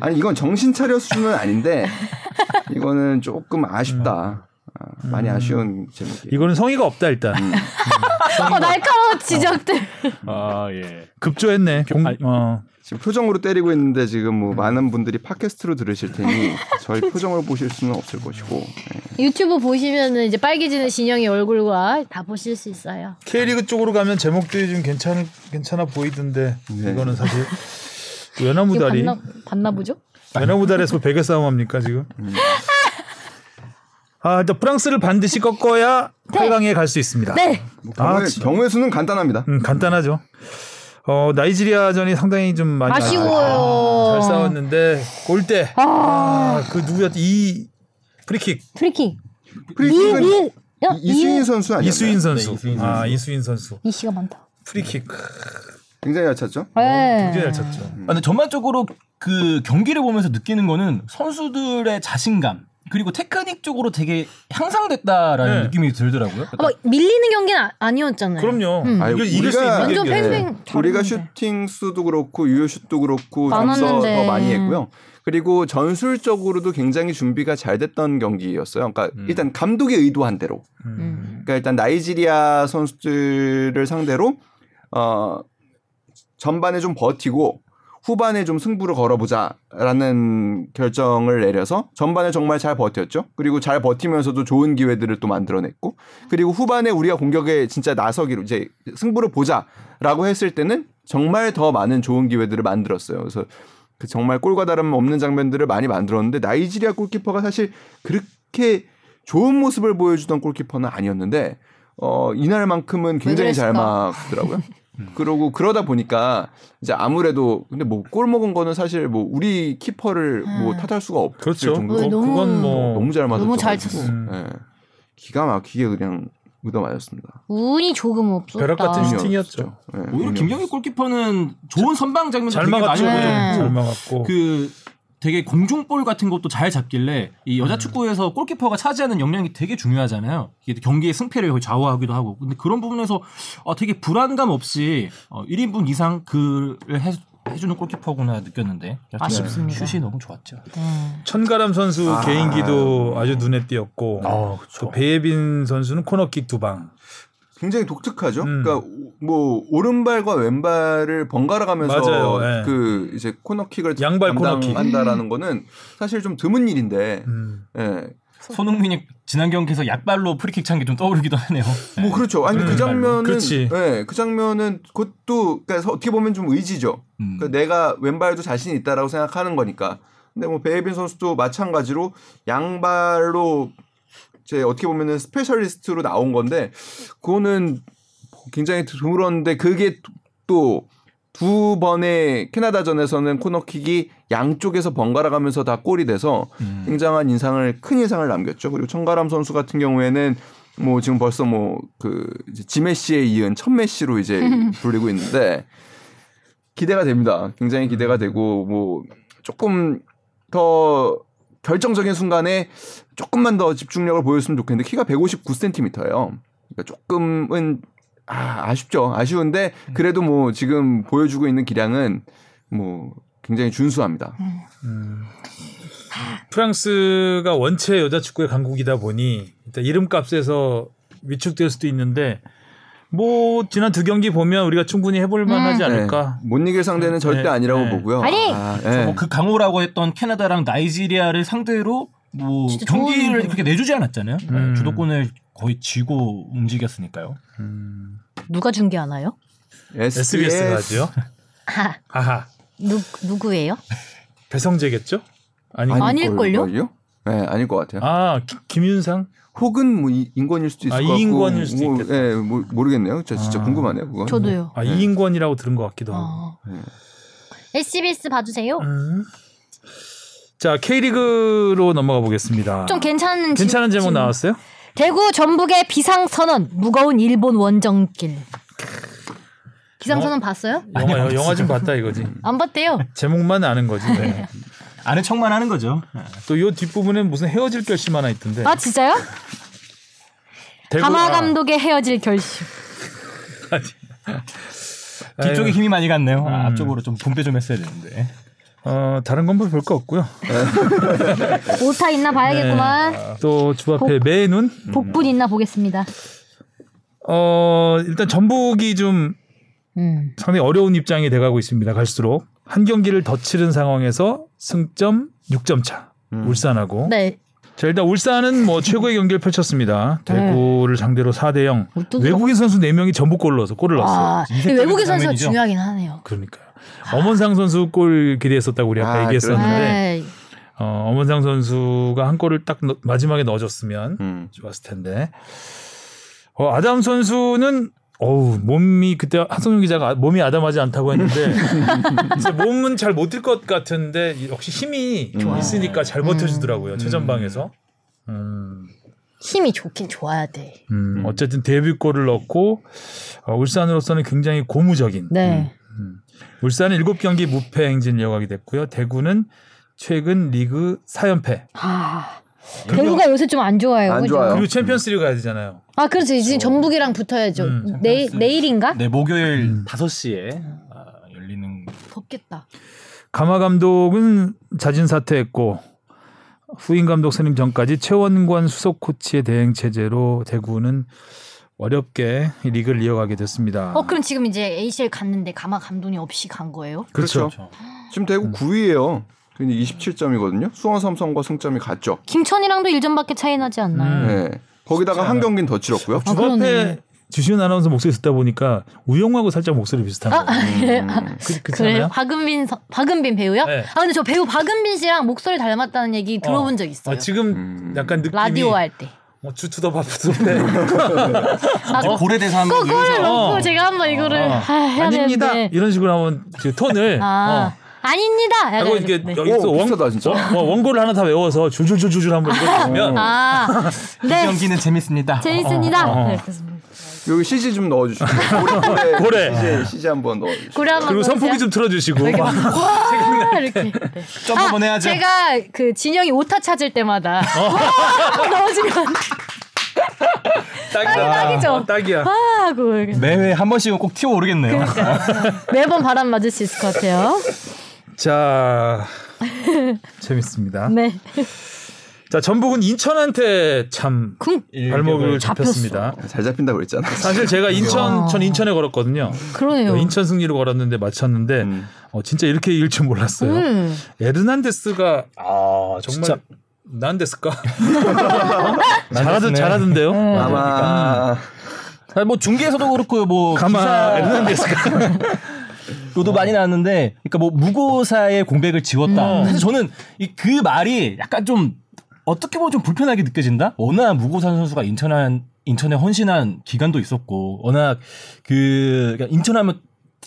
Speaker 4: 아니 이건 정신 차려 수준은 아닌데 이거는 조금 아쉽다. 아, 많이 아쉬운 제목이.
Speaker 2: 이거는 성의가 없다 일단.
Speaker 1: 어, 날카로운 지적들.
Speaker 5: 아예
Speaker 2: 급조했네. 공, 어.
Speaker 4: 지금 표정으로 때리고 있는데 지금 뭐 많은 분들이 팟캐스트로 들으실 테니 저희 표정을 보실 수는 없을 것이고. 예.
Speaker 1: 유튜브 보시면은 이제 빨개지는 진영이 얼굴과 다 보실 수 있어요.
Speaker 2: K리그 쪽으로 가면 제목들이 좀 괜찮 괜찮아 보이던데
Speaker 4: 네.
Speaker 2: 이거는 사실 그 외나무
Speaker 1: 이거
Speaker 2: 다리
Speaker 1: 봤나, 봤나 보죠?
Speaker 2: 외나무 다리에서 베개 싸움 합니까 지금? 아 일단 프랑스를 반드시 꺾어야
Speaker 1: 네.
Speaker 2: 8강에 갈 수 있습니다.
Speaker 1: 네.
Speaker 4: 뭐
Speaker 2: 아,
Speaker 4: 경우의,
Speaker 2: 진-
Speaker 4: 경우의 수는 간단합니다.
Speaker 2: 음, 간단하죠. 어 나이지리아전이 상당히 좀 많이
Speaker 1: 아쉬워요.
Speaker 2: 잘 싸웠는데 골대
Speaker 1: 아.
Speaker 2: 아그 누구였지 이 프리킥
Speaker 1: 프리킥.
Speaker 4: 프리킥은
Speaker 1: 이, 야,
Speaker 4: 이- 이수인 선수 아니에요?
Speaker 2: 이수인 선수
Speaker 5: 네, 이수인
Speaker 2: 아
Speaker 5: 선수.
Speaker 2: 이수인 선수
Speaker 1: 이 씨가 많다.
Speaker 2: 프리킥
Speaker 4: 굉장히 잘 찼죠.
Speaker 2: 음,
Speaker 1: 네.
Speaker 2: 굉장히 어, 잘 쳤죠.
Speaker 5: 아, 근데 전반적으로 그 경기를 보면서 느끼는 거는 선수들의 자신감 그리고 테크닉 쪽으로 되게 향상됐다라는
Speaker 2: 네.
Speaker 5: 느낌이 들더라고요.
Speaker 1: 아, 막 밀리는 경기는 아- 아니었잖아요.
Speaker 2: 그럼요.
Speaker 1: 음.
Speaker 4: 아유,
Speaker 2: 이걸 이길 수
Speaker 4: 우리가-
Speaker 2: 있는
Speaker 1: 완전
Speaker 2: 경기예요.
Speaker 1: 팬스윙
Speaker 4: 우리가
Speaker 1: 잘했는데.
Speaker 4: 슈팅 수도 그렇고 유효 슛도 그렇고 점수
Speaker 1: 많았는데.
Speaker 4: 더 많이 했고요. 그리고 전술적으로도 굉장히 준비가 잘 됐던 경기였어요. 그러니까
Speaker 2: 음.
Speaker 4: 일단 감독의 의도한 대로.
Speaker 1: 음.
Speaker 4: 그러니까 일단 나이지리아 선수들을 상대로 어 전반에 좀 버티고 후반에 좀 승부를 걸어보자라는 결정을 내려서 전반에 정말 잘 버텼죠. 그리고 잘 버티면서도 좋은 기회들을 또 만들어냈고 그리고 후반에 우리가 공격에 진짜 나서기로 이제 승부를 보자라고 했을 때는 정말 더 많은 좋은 기회들을 만들었어요. 그래서 그 정말 골과 다름 없는 장면들을 많이 만들었는데 나이지리아 골키퍼가 사실 그렇게 좋은 모습을 보여주던 골키퍼는 아니었는데 어 이날만큼은 굉장히 잘
Speaker 1: 그랬을까?
Speaker 4: 막더라고요. 아, 그러고 그러다 보니까 이제 아무래도 근데 뭐 골 먹은 거는 사실 뭐 우리 키퍼를 뭐
Speaker 1: 음.
Speaker 4: 탓할 수가 없을
Speaker 2: 그렇죠.
Speaker 4: 정도
Speaker 1: 어,
Speaker 2: 그-
Speaker 1: 너무-
Speaker 2: 그건 뭐
Speaker 4: 너무 잘 맞았죠.
Speaker 1: 너무 잘 쳤어.
Speaker 2: 음.
Speaker 4: 예. 기가 막히게 그냥 의도 맞았습니다.
Speaker 1: 운이 조금 없었다.
Speaker 2: 벼락 같은 슈팅. 슈팅이었죠.
Speaker 4: 예,
Speaker 5: 오히려
Speaker 4: 운이
Speaker 5: 김경희 골키퍼는 좋은 선방 장면도
Speaker 2: 잘
Speaker 5: 되게 많이
Speaker 2: 막았죠.
Speaker 1: 맞아요.
Speaker 2: 네.
Speaker 1: 네.
Speaker 2: 잘
Speaker 5: 보여줬고
Speaker 2: 막았고.
Speaker 5: 그 되게 공중볼 같은 것도 잘 잡길래 이
Speaker 1: 음.
Speaker 5: 여자 축구에서 골키퍼가 차지하는 역량이 되게 중요하잖아요. 이게 경기의 승패를 거의 좌우하기도 하고. 근데 그런 부분에서 어, 되게 불안감 없이 어, 1인분 이상 그를 해, 주는 골키퍼구나 느꼈는데
Speaker 1: 아쉽습니다.
Speaker 5: 슛이 너무 좋았죠.
Speaker 1: 네.
Speaker 2: 천가람 선수
Speaker 4: 아.
Speaker 2: 개인기도 아주 눈에 띄었고
Speaker 1: 어,
Speaker 5: 아, 그쵸.
Speaker 2: 또 배예빈 선수는 코너킥 두 방.
Speaker 4: 굉장히 독특하죠.
Speaker 2: 음.
Speaker 4: 그러니까 뭐 오른발과 왼발을 번갈아 가면서
Speaker 2: 맞아요. 예.
Speaker 4: 그 이제 코너킥을
Speaker 2: 양발 코너킥.
Speaker 4: 담당한다라는 거는 사실 좀 드문 일인데
Speaker 2: 음.
Speaker 4: 예.
Speaker 5: 손흥민이 지난 경기에서 약발로 프리킥 찬 게 좀 떠오르기도 하네요.
Speaker 4: 뭐 그렇죠. 아니 그
Speaker 2: 음.
Speaker 4: 장면은
Speaker 2: 그렇지.
Speaker 4: 예, 그 장면은 그것도 그러니까 어떻게 보면 좀 의지죠.
Speaker 5: 음.
Speaker 4: 그러니까 내가 왼발도 자신 있다라고 생각하는 거니까. 근데 뭐 베이빈 선수도 마찬가지로 양발로 제 어떻게 보면은 스페셜리스트로 나온 건데 그거는 굉장히 드물었는데 그게 또 두 번의 캐나다전에서는 코너킥이 양쪽에서 번갈아 가면서 다 골이 돼서
Speaker 5: 음.
Speaker 4: 굉장한 인상을 큰 인상을 남겼죠. 그리고 청가람 선수 같은 경우에는 뭐 지금 벌써 뭐 그 지메시에 이은 첫 메시로 이제 불리고 있는데 기대가 됩니다.
Speaker 2: 음.
Speaker 4: 굉장히 기대가 되고 뭐 조금 더 결정적인 순간에 조금만 더 집중력을 보였으면 좋겠는데 키가 159cm예요. 그러니까 조금은 아, 아쉽죠. 아쉬운데
Speaker 2: 음.
Speaker 4: 그래도 뭐 지금 보여주고 있는 기량은 뭐 굉장히 준수합니다.
Speaker 2: 음. 프랑스가 원체 여자 축구의 강국이다 보니 일단 이름값에서 위축될 수도 있는데 뭐 지난 두 경기 보면 우리가 충분히 해볼 만하지
Speaker 1: 음.
Speaker 4: 네.
Speaker 2: 않을까.
Speaker 4: 못 이길 상대는 절대
Speaker 2: 네,
Speaker 4: 아니라고
Speaker 2: 네.
Speaker 4: 보고요.
Speaker 1: 아니!
Speaker 4: 아, 네.
Speaker 5: 뭐그 강호라고 했던 캐나다랑 나이지리아를 상대로 뭐
Speaker 1: 진짜
Speaker 5: 경기를
Speaker 1: 좋은
Speaker 5: 그렇게 내주지 않았잖아요.
Speaker 2: 음.
Speaker 5: 주도권을 거의 쥐고 움직였으니까요.
Speaker 2: 음.
Speaker 1: 누가 중계하나요?
Speaker 2: SBS가 하죠.
Speaker 1: 아,
Speaker 2: 아하
Speaker 1: 누 누구예요?
Speaker 2: 배성재겠죠? 아니
Speaker 4: 아닐
Speaker 1: 아닐걸요?
Speaker 4: 걸요? 네, 아닐 것 같아요.
Speaker 2: 아 기- 김윤상
Speaker 4: 혹은 뭐 이- 인권일 수도 있을
Speaker 2: 아,
Speaker 4: 것 같고.
Speaker 2: 이인권일 수도
Speaker 4: 뭐,
Speaker 2: 있겠다.
Speaker 4: 예, 뭐, 모르겠네요. 저 진짜
Speaker 2: 아.
Speaker 4: 궁금하네요. 그거.
Speaker 1: 저도요.
Speaker 2: 아
Speaker 4: 네.
Speaker 2: 이인권이라고 들은 것 같기도 하고.
Speaker 1: 어. SBS 봐주세요.
Speaker 2: 아, 네. 음. 자 K리그로 넘어가 보겠습니다.
Speaker 1: 좀 괜찮은 진-
Speaker 2: 괜찮은 제목
Speaker 1: 진-
Speaker 2: 나왔어요?
Speaker 1: 대구 전북의 비상 선언 무거운 일본 원정길. 비상 선언
Speaker 2: 뭐?
Speaker 1: 봤어요?
Speaker 2: 영화 영화 좀 봤다 이거지.
Speaker 1: 안 봤대요.
Speaker 2: 제목만 아는 거지. 네.
Speaker 5: 아는 척만 하는 거죠.
Speaker 2: 또 요 뒷부분에 무슨 헤어질 결심 하나 있던데.
Speaker 1: 아 진짜요?
Speaker 2: 대구가- 아.
Speaker 1: 가마 감독의 헤어질 결심.
Speaker 5: 뒤쪽에 힘이 많이 갔네요. 아,
Speaker 2: 음.
Speaker 5: 앞쪽으로 좀 분배 좀 했어야 되는데.
Speaker 2: 어, 다른 건 볼 거 없고요.
Speaker 1: 오타 있나 봐야겠구만.
Speaker 2: 또 주 앞에 매눈.
Speaker 1: 복분 있나 보겠습니다.
Speaker 2: 어 일단 전북이 좀
Speaker 1: 음.
Speaker 2: 상당히 어려운 입장이 돼가고 있습니다. 갈수록 한 경기를 더 치른 상황에서 승점 6점 차.
Speaker 4: 음.
Speaker 2: 울산하고
Speaker 1: 네.
Speaker 2: 자 일단 울산은 뭐 최고의 경기를 펼쳤습니다. 대구를 상대로 4대 0.
Speaker 1: 울뚜기가-
Speaker 2: 외국인 선수 4명이 전부 골을 넣어서 골을 넣었어요.
Speaker 1: 아, 근데
Speaker 5: 이색적인
Speaker 1: 외국인 선수가
Speaker 5: 장면이죠.
Speaker 1: 중요하긴 하네요.
Speaker 2: 그러니까요. 엄원상 선수 골 기대했었다고 우리 아까
Speaker 4: 아,
Speaker 2: 얘기했었는데
Speaker 1: 에이,
Speaker 2: 어, 엄원상 선수가 한 골을 딱 넣- 마지막에 넣어줬으면
Speaker 4: 음.
Speaker 2: 좋았을 텐데. 어, 아담 선수는 어우 몸이 그때 하성용 기자가 아- 몸이 아담하지 않다고 했는데 진짜 몸은 잘 못 들 것 같은데 역시 힘이
Speaker 4: 좋아요. 음.
Speaker 2: 있으니까 잘 버텨주더라고요 최전방에서. 음.
Speaker 1: 힘이 좋긴 좋아야 돼.
Speaker 2: 음, 어쨌든 데뷔골을 넣고 어, 울산으로서는 굉장히 고무적인
Speaker 1: 네.
Speaker 2: 울산은 7경기 무패 행진 이어가게 됐고요. 대구는 최근 리그 4연패.
Speaker 4: 어.
Speaker 1: 아, 대구가 요새 좀 안 좋아요.
Speaker 4: 안
Speaker 1: 그죠?
Speaker 4: 좋아요.
Speaker 2: 그리고 챔피언스리그 가야 되잖아요.
Speaker 1: 아, 그렇지. 지금 전북이랑 붙어야죠.
Speaker 2: 음,
Speaker 1: 내일 내일인가?
Speaker 5: 네, 목요일 5시에 아, 열리는
Speaker 1: 덥겠다.
Speaker 2: 가마 감독은 자진 사퇴했고 후임 감독 선임 전까지 최원관 수석 코치의 대행 체제로 대구는 어렵게 이 리그를 이어가게 됐습니다.
Speaker 1: 어 그럼 지금 이제 ACL 갔는데 가마 감독이 없이 간 거예요?
Speaker 2: 그렇죠.
Speaker 4: 지금 대구 9위예요. 근데 27점이거든요. 수원 삼성과 승점이 같죠.
Speaker 1: 김천이랑도 1점밖에 차이 나지 않나요?
Speaker 2: 음.
Speaker 4: 네. 거기다가 한 경기는 더 치렀고요.
Speaker 1: 아, 그러네.
Speaker 2: 주바페 주시은 아나운서 목소리 듣다 보니까 우영하고 살짝 목소리 비슷한 거.
Speaker 4: 음,
Speaker 2: 그,
Speaker 1: 아, 예. 그래요?
Speaker 2: 그렇잖아요.
Speaker 1: 박은빈 서- 박은빈 배우요?
Speaker 2: 네.
Speaker 1: 아 근데 저 배우 박은빈 씨랑 목소리 닮았다는 얘기 들어본 적 있어요.
Speaker 2: 아, 지금 그
Speaker 4: 음.
Speaker 2: 약간 느낌이
Speaker 1: 라디오 할 때.
Speaker 2: 어, 주투더 네. 바쁘던데.
Speaker 5: 아주 고래대사 한
Speaker 1: 그거를 놓고
Speaker 2: 어.
Speaker 1: 제가 한번 이거를
Speaker 2: 어.
Speaker 1: 아, 해야
Speaker 2: 아닙니다.
Speaker 1: 되는데.
Speaker 2: 이런 식으로 하면 그 톤을
Speaker 1: 아
Speaker 2: 어.
Speaker 1: 아닙니다. 약간
Speaker 2: 하고 이렇게
Speaker 1: 이렇게.
Speaker 2: 여기서
Speaker 4: 오,
Speaker 2: 원,
Speaker 4: 비슷하다, 진짜.
Speaker 2: 원- 원- 원고를 하나 다 외워서 줄줄줄줄줄 한번 읽어주면
Speaker 1: 아, 네
Speaker 5: 경기는 재밌습니다.
Speaker 1: 재밌습니다.
Speaker 2: 어, 어, 어.
Speaker 1: 네, 그렇습니다.
Speaker 4: 여기 CG 좀 넣어주시고 고래
Speaker 2: 고래. 아.
Speaker 4: CG, CG 한번 넣어주시고
Speaker 1: 고래 한번
Speaker 2: 그리고 선풍기
Speaker 1: 보세요.
Speaker 2: 좀 틀어주시고
Speaker 1: 이렇게 아, 막 와, 이렇게. 네.
Speaker 5: 어, 점프
Speaker 1: 아,
Speaker 5: 보내야죠.
Speaker 1: 제가 그 진영이 오타 찾을 때마다
Speaker 2: 어.
Speaker 1: 와, 넣어주면
Speaker 2: 아, 딱이다.
Speaker 1: 딱이죠.
Speaker 2: 어, 딱이야.
Speaker 1: 와 하고 이렇게.
Speaker 5: 매회 한 번씩은 꼭 튀어 오르겠네요.
Speaker 1: 그러니까. 매번 바람 맞을 수 있을 것 같아요.
Speaker 2: 자 재밌습니다.
Speaker 1: 네.
Speaker 2: 자 전북은 인천한테 참
Speaker 1: 쿵.
Speaker 2: 발목을
Speaker 1: 잡혔어.
Speaker 2: 잡혔습니다.
Speaker 4: 잘 잡힌다고 그랬잖아.
Speaker 2: 사실 제가 인천 전 인천에 걸었거든요. 어,
Speaker 1: 그러네요.
Speaker 2: 인천 승리를 걸었는데 맞췄는데
Speaker 4: 음.
Speaker 2: 어, 진짜 이렇게 이길 줄 몰랐어요.
Speaker 1: 음.
Speaker 2: 에르난데스가 아
Speaker 5: 진짜.
Speaker 2: 정말 난데스까 잘하던 잘하던데요.
Speaker 1: 네.
Speaker 2: 그러니까.
Speaker 4: 아마
Speaker 5: 아, 뭐 중계에서도 그렇고 뭐
Speaker 2: 가마
Speaker 5: 기사
Speaker 2: 에르난데스가
Speaker 5: 로도 많이 나왔는데 그러니까 뭐 무고사의 공백을 지웠다.
Speaker 2: 음.
Speaker 5: 사실 저는 이 그 말이 약간 좀 어떻게 보면 좀 불편하게 느껴진다. 워낙 무고사 선수가 인천한 인천에 헌신한 기간도 있었고 워낙 그 그러니까 인천하면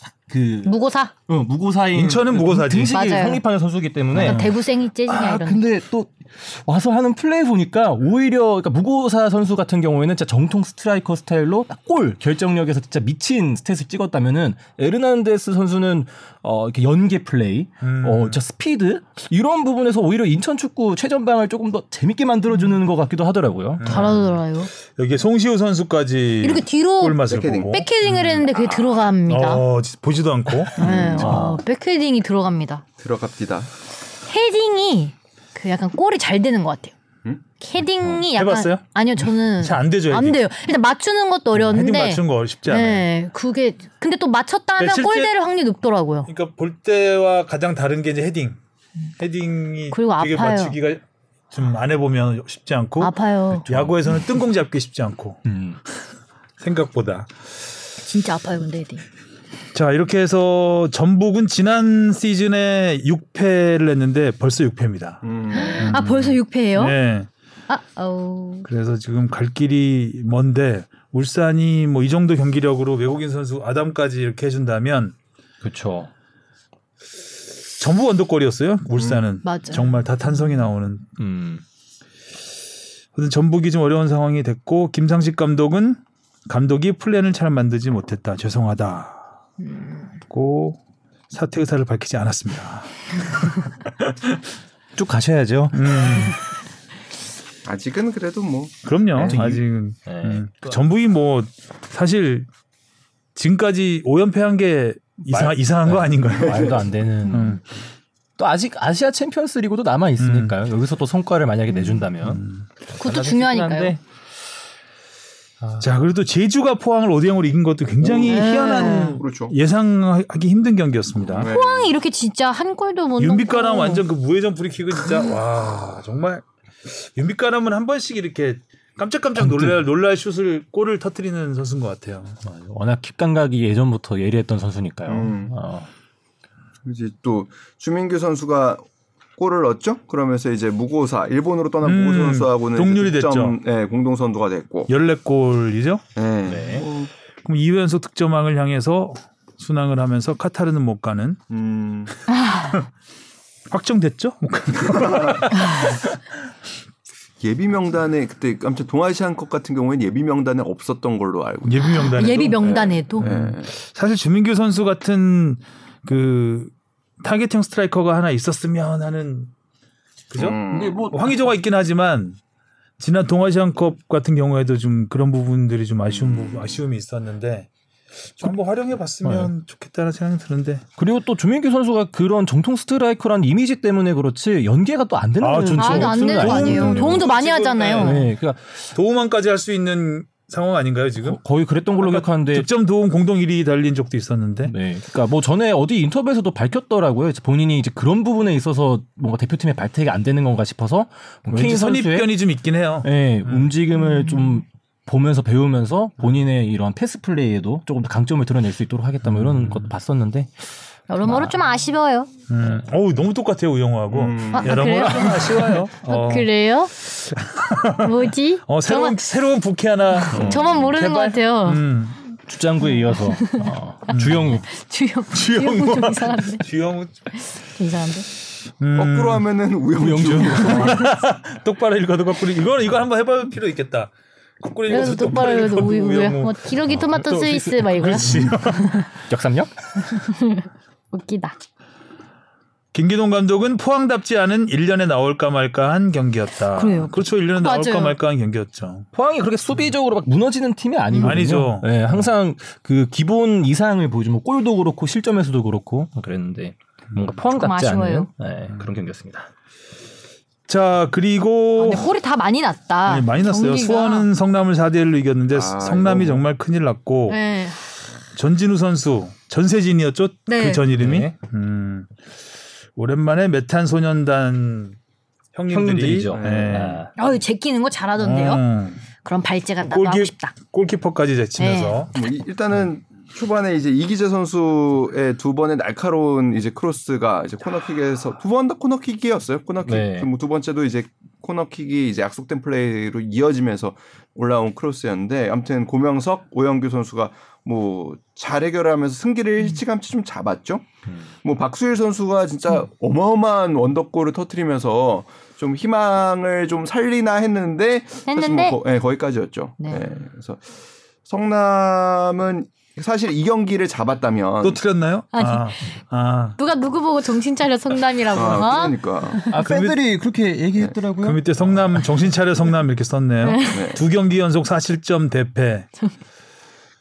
Speaker 5: 딱그
Speaker 1: 무고사.
Speaker 5: 어, 무고사인
Speaker 2: 인천은
Speaker 5: 그
Speaker 2: 무고사지.
Speaker 5: 등식이
Speaker 1: 맞아요.
Speaker 5: 성립하는 선수이기
Speaker 2: 네.
Speaker 5: 때문에
Speaker 1: 그러니까 대구생이 재즈냐
Speaker 5: 아,
Speaker 1: 이런.
Speaker 5: 근데 또 와서 하는 플레이 보니까 오히려 그러니까 무고사 선수 같은 경우에는 진짜 정통 스트라이커 스타일로 딱 골 결정력에서 진짜 미친 스탯을 찍었다면은 에르난데스 선수는 어 이렇게 연계 플레이,
Speaker 2: 음.
Speaker 5: 어 진짜 스피드 이런 부분에서 오히려 인천 축구 최전방을 조금 더 재밌게 만들어주는 것 같기도 하더라고요.
Speaker 1: 잘하더라요.
Speaker 2: 여기에 송시우 선수까지
Speaker 1: 이렇게 뒤로
Speaker 2: 예. 골맛을
Speaker 4: 백헤딩.
Speaker 2: 보고 아.
Speaker 1: 백헤딩을 했는데 그게 들어갑니다.
Speaker 2: 어, 음, 진짜 보지도 않고
Speaker 1: 네, 어, 백헤딩이 들어갑니다.
Speaker 4: 들어갑디다.
Speaker 1: 헤딩이 그 약간 골이 잘 되는 것 같아요. 헤딩이 약간
Speaker 2: 음? 해봤어요?
Speaker 1: 아니요 저는
Speaker 2: 음. 잘 안 되죠,
Speaker 1: 안
Speaker 2: 헤딩.
Speaker 1: 돼요. 일단 맞추는 것도
Speaker 2: 헤딩
Speaker 1: 어려웠는데.
Speaker 2: 맞춘 거 쉽지 않아요.
Speaker 1: 네, 그게 근데 또 맞췄다 하면
Speaker 2: 네, 실제-
Speaker 1: 골대를 확률이 높더라고요.
Speaker 2: 그러니까 볼 때와 가장 다른 게 이제 헤딩. 헤딩이
Speaker 1: 그리고
Speaker 2: 되게
Speaker 1: 아파요.
Speaker 2: 맞추기가 좀 안 해보면 쉽지 않고 그렇죠.
Speaker 1: 아파요.
Speaker 2: 야구에서는 뜬공 잡기 쉽지 않고 생각보다
Speaker 1: 진짜 아파요 근데 헤딩.
Speaker 2: 자 이렇게 해서 전북은 지난 시즌에 6패를 했는데 벌써 6패입니다.
Speaker 4: 음.
Speaker 1: 아 벌써 6패예요?
Speaker 2: 음. 네.
Speaker 1: 아, 어우.
Speaker 2: 그래서 지금 갈 길이 먼데 울산이 뭐 이 정도 경기력으로 외국인 선수 아담까지 이렇게 해준다면
Speaker 5: 그렇죠.
Speaker 2: 전부 언더골이었어요. 울산은
Speaker 1: 음, 맞아요.
Speaker 2: 정말 다 탄성이 나오는
Speaker 5: 음.
Speaker 2: 어쨌든 전북이 좀 어려운 상황이 됐고 김상식 감독은 감독이 플랜을 잘 만들지 못했다 죄송하다 고 사퇴 의사를 밝히지 않았습니다.
Speaker 5: 쭉 가셔야죠.
Speaker 4: 아직은 그래도 뭐
Speaker 2: 음, 그럼요. 아직은
Speaker 5: 네.
Speaker 2: 음. 전북이 뭐 사실 지금까지 5연패한 게 이상, 이상한 거 아닌가요?
Speaker 5: 네. 말도 안 되는.
Speaker 2: 음.
Speaker 5: 또 아직 아시아 챔피언스리그도 남아 있으니까요. 여기서 또 성과를 만약에 내준다면
Speaker 1: 그것도 중요하니까요.
Speaker 5: 한데
Speaker 2: 자 그래도 제주가 포항을 5대0으로 이긴 것도 굉장히
Speaker 1: 네.
Speaker 2: 희한한
Speaker 4: 그렇죠.
Speaker 2: 예상하기 힘든 경기였습니다.
Speaker 4: 네.
Speaker 1: 포항이 이렇게 진짜 한 골도 못
Speaker 2: 윤빛가람
Speaker 1: 넣고.
Speaker 2: 완전 그 무회전 브리킥은 진짜 와 정말 윤빛가람은 한 번씩 이렇게 깜짝깜짝 놀랄 놀랄 슛을 골을 터트리는 선수인 것 같아요.
Speaker 5: 뭐, 워낙 킥 감각이 예전부터 예리했던 선수니까요.
Speaker 4: 음.
Speaker 5: 어.
Speaker 4: 이제 또 주민규 선수가 골을 넣었죠. 그러면서 이제 무고사 일본으로 떠난
Speaker 2: 음,
Speaker 4: 무고사 선수하고는
Speaker 2: 동률이
Speaker 4: 이제 득점, 예, 공동 선두가 됐고.
Speaker 2: 14골이죠?
Speaker 4: 예.
Speaker 2: 네. 그럼 2회 연속 득점왕을 향해서 순항을 하면서 카타르는 못 가는
Speaker 4: 음,
Speaker 2: 확정됐죠? 못 가는.
Speaker 4: 예비 명단에 그때 깜짝 동아시안컵 같은 경우에는 예비 명단에 없었던 걸로 알고.
Speaker 2: 예비 명단에
Speaker 1: 아, 예비 명단에도
Speaker 2: 네.
Speaker 4: 예.
Speaker 2: 사실 주민규 선수 같은 그 타겟형 스트라이커가 하나 있었으면 하는 그죠?
Speaker 4: 음.
Speaker 5: 근데 뭐
Speaker 2: 황의조가 있긴 하지만 지난 동아시안컵 같은 경우에도 좀 그런 부분들이 좀
Speaker 5: 음.
Speaker 2: 아쉬운 부분, 아쉬움이 있었는데 좀 한번 활용해
Speaker 5: 네.
Speaker 2: 봤으면 좋겠다는 생각이 드는데
Speaker 5: 그리고 또 조민규 선수가 그런 정통 스트라이커라는 이미지 때문에 그렇지 연계가 또 안 되는
Speaker 2: 아, 좋죠.
Speaker 1: 아, 이거 안
Speaker 5: 선수는
Speaker 1: 되는 거
Speaker 5: 아니거든요.
Speaker 1: 아니에요.
Speaker 2: 아니거든요.
Speaker 1: 도움도 많이 하잖아요.
Speaker 5: 네, 그러니까
Speaker 2: 도움안까지 할 수 있는 상황 아닌가요 지금?
Speaker 5: 거의 그랬던 걸로 기억하는데
Speaker 2: 그러니까 득점 도움 공동 1위 달린 적도 있었는데
Speaker 5: 네. 그러니까 뭐 전에 어디 인터뷰에서도 밝혔더라고요. 이제 본인이 이제 그런 부분에 있어서 뭔가 대표팀의 발탁이 안 되는 건가 싶어서 뭐
Speaker 2: 왠지
Speaker 5: 케인 선수의
Speaker 2: 선입견이 음. 좀 있긴 해요.
Speaker 5: 예, 움직임을 좀 보면서 배우면서 본인의 이런 패스 플레이에도 조금 더 강점을 드러낼 수 있도록 하겠다 뭐 이런 것도 봤었는데
Speaker 1: 여러모로 아, 좀 아쉬워요.
Speaker 2: 음. 어우 너무 똑같아요 우영우하고
Speaker 5: 음.
Speaker 1: 아, 아,
Speaker 2: 여러모로
Speaker 1: 그래요?
Speaker 2: 좀 아쉬워요. 어.
Speaker 1: 그래요? 뭐지?
Speaker 2: 어, 새로운
Speaker 1: 저만,
Speaker 2: 새로운 부캐 하나.
Speaker 1: 저만 모르는 것 같아요.
Speaker 2: 음.
Speaker 5: 주장구에 이어서 어, 주영우
Speaker 1: 주영 주영 좀 이상한데
Speaker 2: 주영우
Speaker 1: 좀 이상한데.
Speaker 2: 음.
Speaker 4: 거꾸로 하면은 우영주.
Speaker 2: 똑바로 읽어도 거꾸로 이거 이거 한번 해볼 필요 있겠다. 거꾸로
Speaker 1: 그래서
Speaker 2: 읽어도
Speaker 1: 똑바로
Speaker 2: 똑바로
Speaker 1: 해도
Speaker 2: 읽어도
Speaker 1: 우유 우유
Speaker 2: 우영우.
Speaker 1: 뭐 기러기 토마토
Speaker 2: 어, 또 그,
Speaker 1: 스위스 막 이거
Speaker 5: 역삼역
Speaker 1: 웃기다. 아,
Speaker 2: 김기동 감독은 포항답지 않은 1년에 나올까 말까 한 경기였다.
Speaker 1: 그래요.
Speaker 2: 렇죠 1년에 나올까
Speaker 1: 맞아요.
Speaker 2: 말까 한 경기였죠.
Speaker 5: 포항이 그렇게 수비적으로 막 무너지는 팀이 아니거든요.
Speaker 2: 아니죠.
Speaker 5: 예, 항상 그 기본 이상을 보여주면 뭐 골도 그렇고 실점에서도 그렇고 그랬는데 뭔가 포항
Speaker 1: 조금
Speaker 5: 같지 않은
Speaker 1: 아쉬워요.
Speaker 5: 예, 그런 경기였습니다.
Speaker 2: 자,
Speaker 1: 아,
Speaker 2: 그리고
Speaker 1: 근데 골이 다 많이 났다.
Speaker 2: 아니, 네, 많이 났어요.
Speaker 1: 경기가.
Speaker 2: 수원은 성남을 4대 1로 이겼는데
Speaker 4: 아,
Speaker 2: 성남이
Speaker 4: 이거.
Speaker 2: 정말 큰일 났고
Speaker 1: 네.
Speaker 2: 전진우 선수 전세진이었죠?
Speaker 1: 네.
Speaker 2: 그 전 이름이.
Speaker 5: 네.
Speaker 2: 음. 오랜만에 메탄 소년단 형님들이
Speaker 5: 형님들이죠.
Speaker 2: 네.
Speaker 5: 아.
Speaker 1: 어유 제끼는 거 잘하던데요.
Speaker 2: 어,
Speaker 1: 그럼 발제가 나도
Speaker 2: 골키-
Speaker 1: 하고 싶다.
Speaker 2: 골키퍼까지 제치면서
Speaker 1: 네.
Speaker 4: 뭐 이- 일단은 초반에 이제 이기재 선수의 두 번의 날카로운 이제 크로스가 이제 코너킥에서 두 번 더 코너킥이었어요. 코너킥
Speaker 5: 네.
Speaker 4: 그두 번째도 이제 코너킥이 이제 약속된 플레이로 이어지면서 올라온 크로스였는데 아무튼 고명석 오영규 선수가 뭐 잘 해결하면서 승기를 일찌감치 좀 잡았죠. 뭐 박수일 선수가 진짜 어마어마한 원더골을 터트리면서 좀 희망을 좀 살리나 했는데 사실
Speaker 1: 했는데?
Speaker 4: 뭐 거, 예, 거기까지였죠.
Speaker 1: 네.
Speaker 4: 예, 그래서 성남은 사실 이 경기를 잡았다면
Speaker 2: 또 틀렸나요?
Speaker 1: 아니.
Speaker 2: 아, 아.
Speaker 1: 누가 누구 보고 정신 차려 성남이라고.
Speaker 4: 아,
Speaker 1: 어?
Speaker 4: 그러니까
Speaker 5: 아, 팬들이 그렇게 얘기했더라고요.
Speaker 2: 그 밑에 성남 정신 차려 성남 이렇게 썼네요.
Speaker 4: 네.
Speaker 2: 두 경기 연속 4실점 대패.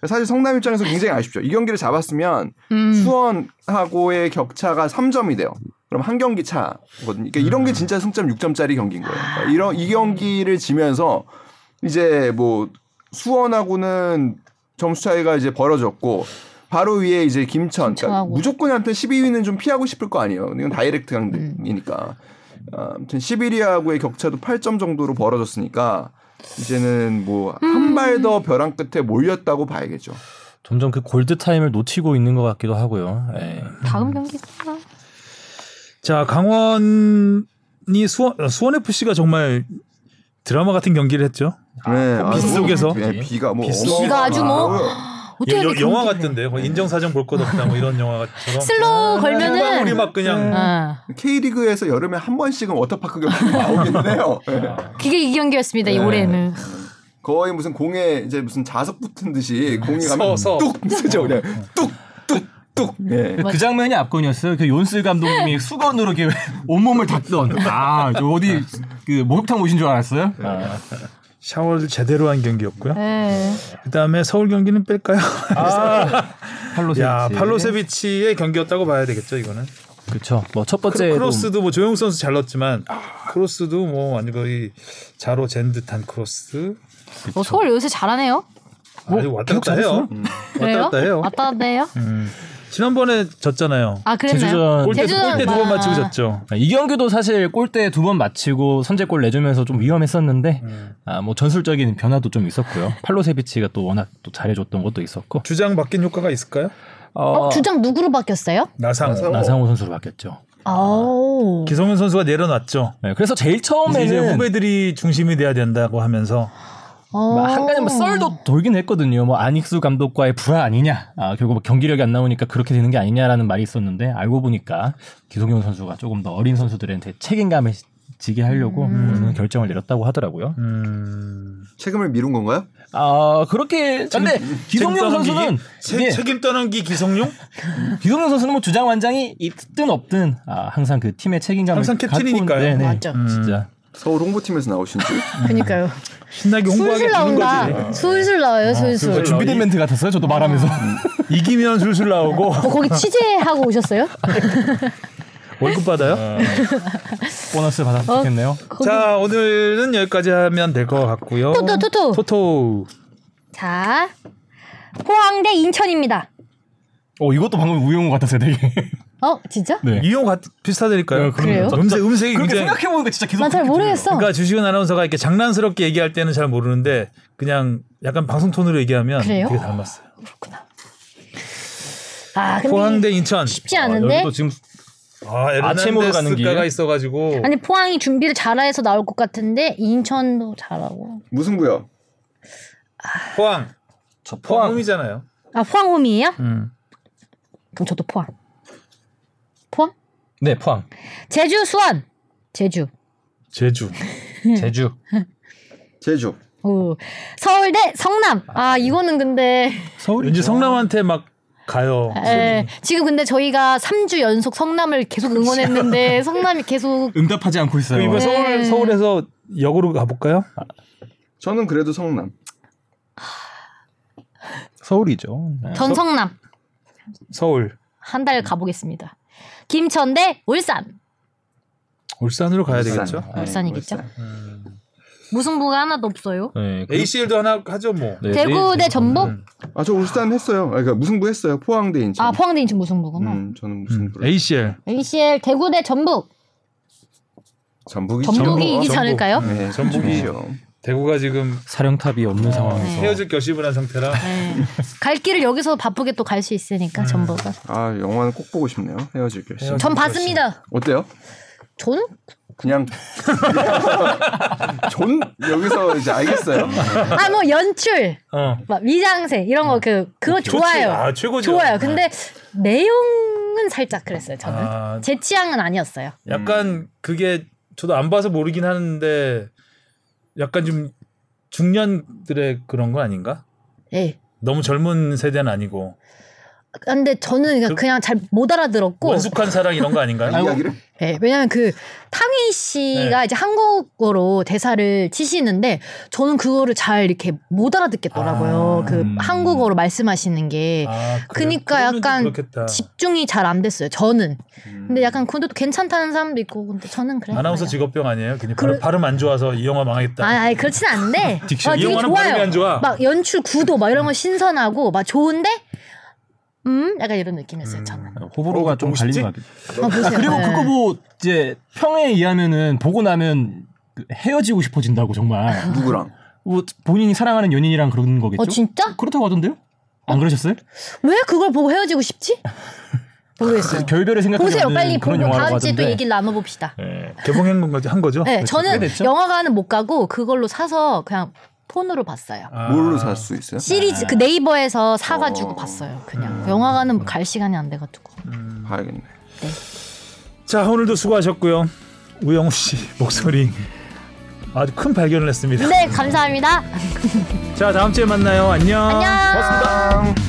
Speaker 4: 사실 성남 입장에서 굉장히 아쉽죠. 이 경기를 잡았으면
Speaker 1: 음.
Speaker 4: 수원하고의 격차가 3점이 돼요. 그럼 한 경기 차거든요. 그러니까
Speaker 1: 음.
Speaker 4: 이런 게 진짜 승점 6점짜리 경기인 거예요. 그러니까 이런 이 경기를 지면서 이제 뭐 수원하고는 점수 차이가 이제 벌어졌고 바로 위에 이제 김천. 그러니까
Speaker 1: 김천하고.
Speaker 4: 무조건한테 10위는 좀 피하고 싶을 거 아니에요. 이건 다이렉트
Speaker 1: 음.
Speaker 4: 강등이니까. 아, 아무튼 11위하고의 격차도 8점 정도로 벌어졌으니까 이제는 뭐 한
Speaker 1: 음.
Speaker 4: 발 더 벼랑 끝에 몰렸다고 봐야겠죠.
Speaker 5: 점점 그 골드 타임을 놓치고 있는 것 같기도 하고요. 예.
Speaker 1: 다음 경기가
Speaker 2: 자 강원이 수원 어, 수원 FC가 정말 드라마 같은 경기를 했죠.
Speaker 4: 네, 아,
Speaker 2: 그 빗속에서?
Speaker 4: 뭐, 네, 비가 뭐
Speaker 2: 빗속.
Speaker 1: 비가 아주 뭐-
Speaker 4: 어마어마하고요.
Speaker 1: 어떻게
Speaker 2: 여-
Speaker 1: 이렇게
Speaker 2: 영화
Speaker 1: 그 경기를
Speaker 2: 같던데요. 거의 인정사정 볼 것 없다 뭐 이런 영화처럼.
Speaker 1: 슬로우 걸면은-
Speaker 2: 우리 아, 막
Speaker 1: 해?
Speaker 2: 그냥
Speaker 1: 어.
Speaker 4: K리그에서 여름에 한 번씩은 워터파크 경기 나오겠네요.
Speaker 2: 아.
Speaker 4: 네.
Speaker 1: 그게 이 경기였습니다.
Speaker 2: 네.
Speaker 1: 이 올해는.
Speaker 4: 거의 무슨 공에 이제 무슨 자석 붙은 듯이 공이 가면
Speaker 2: 서서. 네.
Speaker 4: 뚝 쓰죠 그냥 뚝뚝뚝. 예.
Speaker 5: 그 장면이 압권이었어요. 그 온슬 감독님이 수건으로 이렇게 온몸을 닦던. 아, 저 어디 그 목욕탕 오신 줄 알았어요? 아,
Speaker 2: 샤워를 제대로 한 경기였고요.
Speaker 1: 네.
Speaker 2: 그다음에 서울 경기는 뺄까요?
Speaker 5: 팔로세.
Speaker 2: 야 팔로세비치의 경기였다고 봐야 되겠죠 이거는.
Speaker 5: 그렇죠. 뭐 첫
Speaker 1: 네,
Speaker 5: 번째
Speaker 2: 크로스도 뭐 조영욱 선수 잘 넣었지만 크로스도 뭐 완전 거의 자로 잰 듯한 크로스.
Speaker 1: 어, 서울 요새 잘하네요. 어,
Speaker 2: 아주 왔다 갔다 해요. 음. 왔다
Speaker 1: 그래요?
Speaker 2: 갔다 해요.
Speaker 1: 왔다 갔다 해요?
Speaker 2: 음. 지난번에 졌잖아요.
Speaker 1: 아 그랬나요?
Speaker 5: 제주전
Speaker 2: 골대
Speaker 1: 제주도-
Speaker 2: 골대 두 번
Speaker 1: 아.
Speaker 2: 맞추고 졌죠.
Speaker 5: 이경규도 사실 골대 두 번 맞히고 선제골 내주면서 좀 위험했었는데
Speaker 2: 음.
Speaker 5: 아, 뭐 전술적인 변화도 좀 있었고요. 팔로세비치가 또 워낙 또 잘해줬던 것도 있었고
Speaker 2: 주장 바뀐 효과가 있을까요?
Speaker 1: 어,
Speaker 5: 어,
Speaker 1: 주장 누구로 바뀌었어요?
Speaker 2: 나상.
Speaker 5: 나상호 선수로 바뀌었죠.
Speaker 1: 아우.
Speaker 2: 기성현 선수가 내려놨죠.
Speaker 5: 네, 그래서 제일
Speaker 2: 이제
Speaker 5: 처음에는
Speaker 2: 후배들이 중심이 돼야 된다고 하면서
Speaker 1: 어.
Speaker 2: 아.
Speaker 5: 막 한간에 뭐 썰도 돌긴 했거든요. 뭐 아닉스 감독과의 불화 아니냐. 아, 결국 뭐 경기력이 안 나오니까 그렇게 되는 게 아니냐라는 말이 있었는데 알고 보니까 기성용 선수가 조금 더 어린 선수들한테 책임감을 지게 하려고 그런 결정을 내렸다고 하더라고요.
Speaker 2: 음...
Speaker 4: 책임을 미룬 건가요?
Speaker 5: 아 그렇게 근데
Speaker 2: 책임
Speaker 5: 기성용
Speaker 2: 떠넘기기?
Speaker 5: 선수는
Speaker 2: 책-
Speaker 5: 예,
Speaker 2: 책임 떠넘기 기성용
Speaker 5: 기성용 선수는 뭐 주장 완장이 있든 없든 아, 항상 그 팀의 책임감을
Speaker 2: 항상
Speaker 5: 갖고
Speaker 2: 캡틴이니까요.
Speaker 5: 온- 네네. 음.
Speaker 1: 맞죠.
Speaker 5: 진짜
Speaker 4: 서울 홍보팀에서 나오신지.
Speaker 1: 그니까요.
Speaker 2: 신나게 홍보하게
Speaker 1: 술술
Speaker 2: 주는 거지. 아,
Speaker 1: 나온다. 술술 나와요.
Speaker 2: 술술.
Speaker 1: 술술.
Speaker 5: 준비된 멘트 같았어요. 저도 말하면서
Speaker 2: 음. 이기면 술술 나오고
Speaker 1: 어, 거기 취재하고 오셨어요?
Speaker 2: 월급 받아요.
Speaker 5: 어. 보너스
Speaker 1: 어?
Speaker 5: 받았으면 좋겠네요.
Speaker 1: 거기
Speaker 2: 자 오늘은 여기까지 하면 될 것 같고요.
Speaker 1: 토토, 토토.
Speaker 2: 토토
Speaker 1: 자, 포항대 인천입니다.
Speaker 3: 어 이것도 방금 우영우 같았어요, 되게.
Speaker 1: 어, 진짜?
Speaker 3: 네.
Speaker 2: 이용 같 비슷하다니까요.
Speaker 5: 어,
Speaker 3: 네,
Speaker 1: 그래요?
Speaker 2: 네, 음색 음색이
Speaker 3: 그렇게
Speaker 2: 굉장히
Speaker 3: 생각해 보니까 진짜 계속
Speaker 1: 난 잘
Speaker 3: 그렇게
Speaker 1: 모르겠어.
Speaker 2: 그러니까 주식은 아나운서가 이렇게 장난스럽게 얘기할 때는 잘 모르는데 그냥 약간 방송 톤으로 얘기하면
Speaker 1: 그래요?
Speaker 2: 되게 닮았어요.
Speaker 1: 아, 근데
Speaker 2: 포항대 인천
Speaker 1: 쉽지
Speaker 3: 들려요.
Speaker 1: 않은데.
Speaker 3: 여기도 지금
Speaker 2: 아,
Speaker 3: 아침으로 가는 길.
Speaker 2: 에르난데스가가 있어가지고
Speaker 1: 아니 포항이 준비를 잘해서 나올 것 같은데 인천도 잘하고.
Speaker 4: 무슨 구요?
Speaker 2: 포항
Speaker 3: 저 포항
Speaker 2: 포항이잖아요.
Speaker 1: 아 포항 홈이에요?
Speaker 2: 음.
Speaker 1: 그럼 저도 포항. 포항?
Speaker 3: 네, 포항.
Speaker 1: 제주 수원. 제주.
Speaker 2: 제주
Speaker 1: 네.
Speaker 3: 제주.
Speaker 4: 제주.
Speaker 1: 오. 서울대 성남. 아 이거는 근데
Speaker 2: 서울 왠지 성남한테 막 가요.
Speaker 1: 아, 에, 예. 지금 근데 저희가 3주 연속 성남을 계속 응원했는데 성남이 계속
Speaker 3: 응답하지 않고
Speaker 5: 그
Speaker 3: 있어요.
Speaker 2: 그
Speaker 1: 네.
Speaker 2: 이번 서울 서울에서 역으로 가볼까요?
Speaker 4: 저는 그래도 성남.
Speaker 3: 서울이죠. 네.
Speaker 1: 전 성남
Speaker 2: 서울
Speaker 1: 한 달 가보겠습니다. 김천대 울산.
Speaker 2: 울산으로 가야
Speaker 4: 울산. 네,
Speaker 2: 되겠죠.
Speaker 3: 아이,
Speaker 1: 울산이겠죠?
Speaker 4: 울산.
Speaker 1: 무승부가 하나도 없어요.
Speaker 3: 네, 그리고-
Speaker 2: ACL도 하나 하죠 뭐.
Speaker 3: 네,
Speaker 1: 대구 대
Speaker 3: 네,
Speaker 1: 전북?
Speaker 2: 음.
Speaker 4: 아, 저 울산 했어요. 아, 그러니까 무승부 했어요. 포항대 인천.
Speaker 1: 아 포항대 인천 무승부구나.
Speaker 4: 음, 저는
Speaker 2: 음.
Speaker 4: 무승부.
Speaker 2: ACL
Speaker 1: ACL 대구 대 전북.
Speaker 4: 전북이
Speaker 1: 전북이 이기지
Speaker 2: 전북.
Speaker 1: 않을까요?
Speaker 4: 네,
Speaker 2: 전북이.
Speaker 4: 전북이죠.
Speaker 2: 대구가 지금
Speaker 3: 사령탑이 없는 상황에서
Speaker 2: 헤어질 결심을 한 상태라
Speaker 1: 네. 갈 길을 여기서 바쁘게 또 갈 수 있으니까 전부가.
Speaker 4: 아, 영화는 꼭 보고 싶네요. 헤어질 결심.
Speaker 2: 헤어질
Speaker 1: 전 봤습니다.
Speaker 4: 어때요?
Speaker 1: 전?
Speaker 4: 그냥 존 여기서 이제 알겠어요.
Speaker 1: 아 뭐 연출,
Speaker 2: 어.
Speaker 1: 막 위장세 이런 거 그 그거 아, 좋아요.
Speaker 2: 아, 최고죠.
Speaker 1: 좋아요. 근데 내용은 살짝 그랬어요. 저는
Speaker 2: 아.
Speaker 1: 제 취향은 아니었어요.
Speaker 2: 약간 그게 저도 안 봐서 모르긴 하는데 약간 좀 중년들의 그런 거 아닌가?
Speaker 1: 예.
Speaker 2: 너무 젊은 세대는 아니고
Speaker 1: 근데 저는 그냥, 그냥 잘 못 알아들었고,
Speaker 2: 원숙한 사랑 이런 거 아닌가요?
Speaker 4: 이야기를
Speaker 1: 예, 왜냐면 그 탕웨이
Speaker 2: 네.
Speaker 1: 씨가 이제 한국어로 대사를 치시는데 저는 그거를 잘 이렇게 못 알아듣겠더라고요.
Speaker 2: 아.
Speaker 1: 그 한국어로 말씀하시는 게.
Speaker 2: 아, 그래요?
Speaker 1: 그니까
Speaker 2: 그러면 좀
Speaker 1: 약간
Speaker 2: 그렇겠다.
Speaker 1: 집중이 잘 안 됐어요. 저는.
Speaker 4: 음.
Speaker 1: 근데 약간 근데 또 괜찮다는 사람도 있고 근데 저는 그래요.
Speaker 2: 아나운서
Speaker 1: 그래요.
Speaker 2: 직업병 아니에요? 그냥
Speaker 1: 네. 그럴-
Speaker 2: 발음, 발음 안 좋아서 이 영화 망했다.
Speaker 1: 아, 아니 그렇진 않은데.
Speaker 2: 딕션.
Speaker 1: 어,
Speaker 2: 이
Speaker 1: 되게
Speaker 2: 영화는 발음이 안 좋아. 음.
Speaker 1: 막 연출 구도 막 이런 건 신선하고 막 좋은데 음 약간 이런 느낌이었어요. 저는.
Speaker 3: 호불호가 좀
Speaker 2: 보고 싶지?
Speaker 3: 갈리는 것 같아요.
Speaker 1: 아, 보세요.
Speaker 3: 그리고
Speaker 1: 네.
Speaker 3: 그거 뭐 이제 평에 의하면은 보고 나면 그 헤어지고 싶어진다고 정말
Speaker 4: 누구랑
Speaker 3: 뭐 본인이 사랑하는 연인이랑 그런 거겠죠?
Speaker 1: 어 진짜? 아.
Speaker 3: 그렇다고 하던데요? 안 그러셨어요?
Speaker 1: 왜 그걸 보고 헤어지고 싶지? 모르겠어요.
Speaker 3: 그 결별을 생각하는
Speaker 1: 보세요. 빨리 보고
Speaker 3: 그런 영화라고
Speaker 1: 다음 주에 또
Speaker 3: 하던데.
Speaker 1: 얘기를 나눠봅시다.
Speaker 3: 예.
Speaker 2: 네. 개봉한 건가지 한 거죠? 그렇죠.
Speaker 1: 네, 저는
Speaker 3: 됐죠?
Speaker 1: 영화관은 못 가고 그걸로 사서 그냥 폰으로 봤어요.
Speaker 2: 아,
Speaker 4: 뭘로 살 수 있어요?
Speaker 1: 시리즈
Speaker 3: 네.
Speaker 1: 그 네이버에서 사가지고
Speaker 4: 어.
Speaker 1: 봤어요. 그냥 영화관은
Speaker 3: 음.
Speaker 1: 갈 시간이 안 돼가지고.
Speaker 4: 봐야겠네.
Speaker 2: 자 오늘도 수고하셨고요. 우영우 씨 목소리 아주 큰 발견을 했습니다.
Speaker 1: 네 감사합니다.
Speaker 2: 자 다음 주에 만나요. 안녕.
Speaker 1: 안녕.
Speaker 4: 고맙습니다.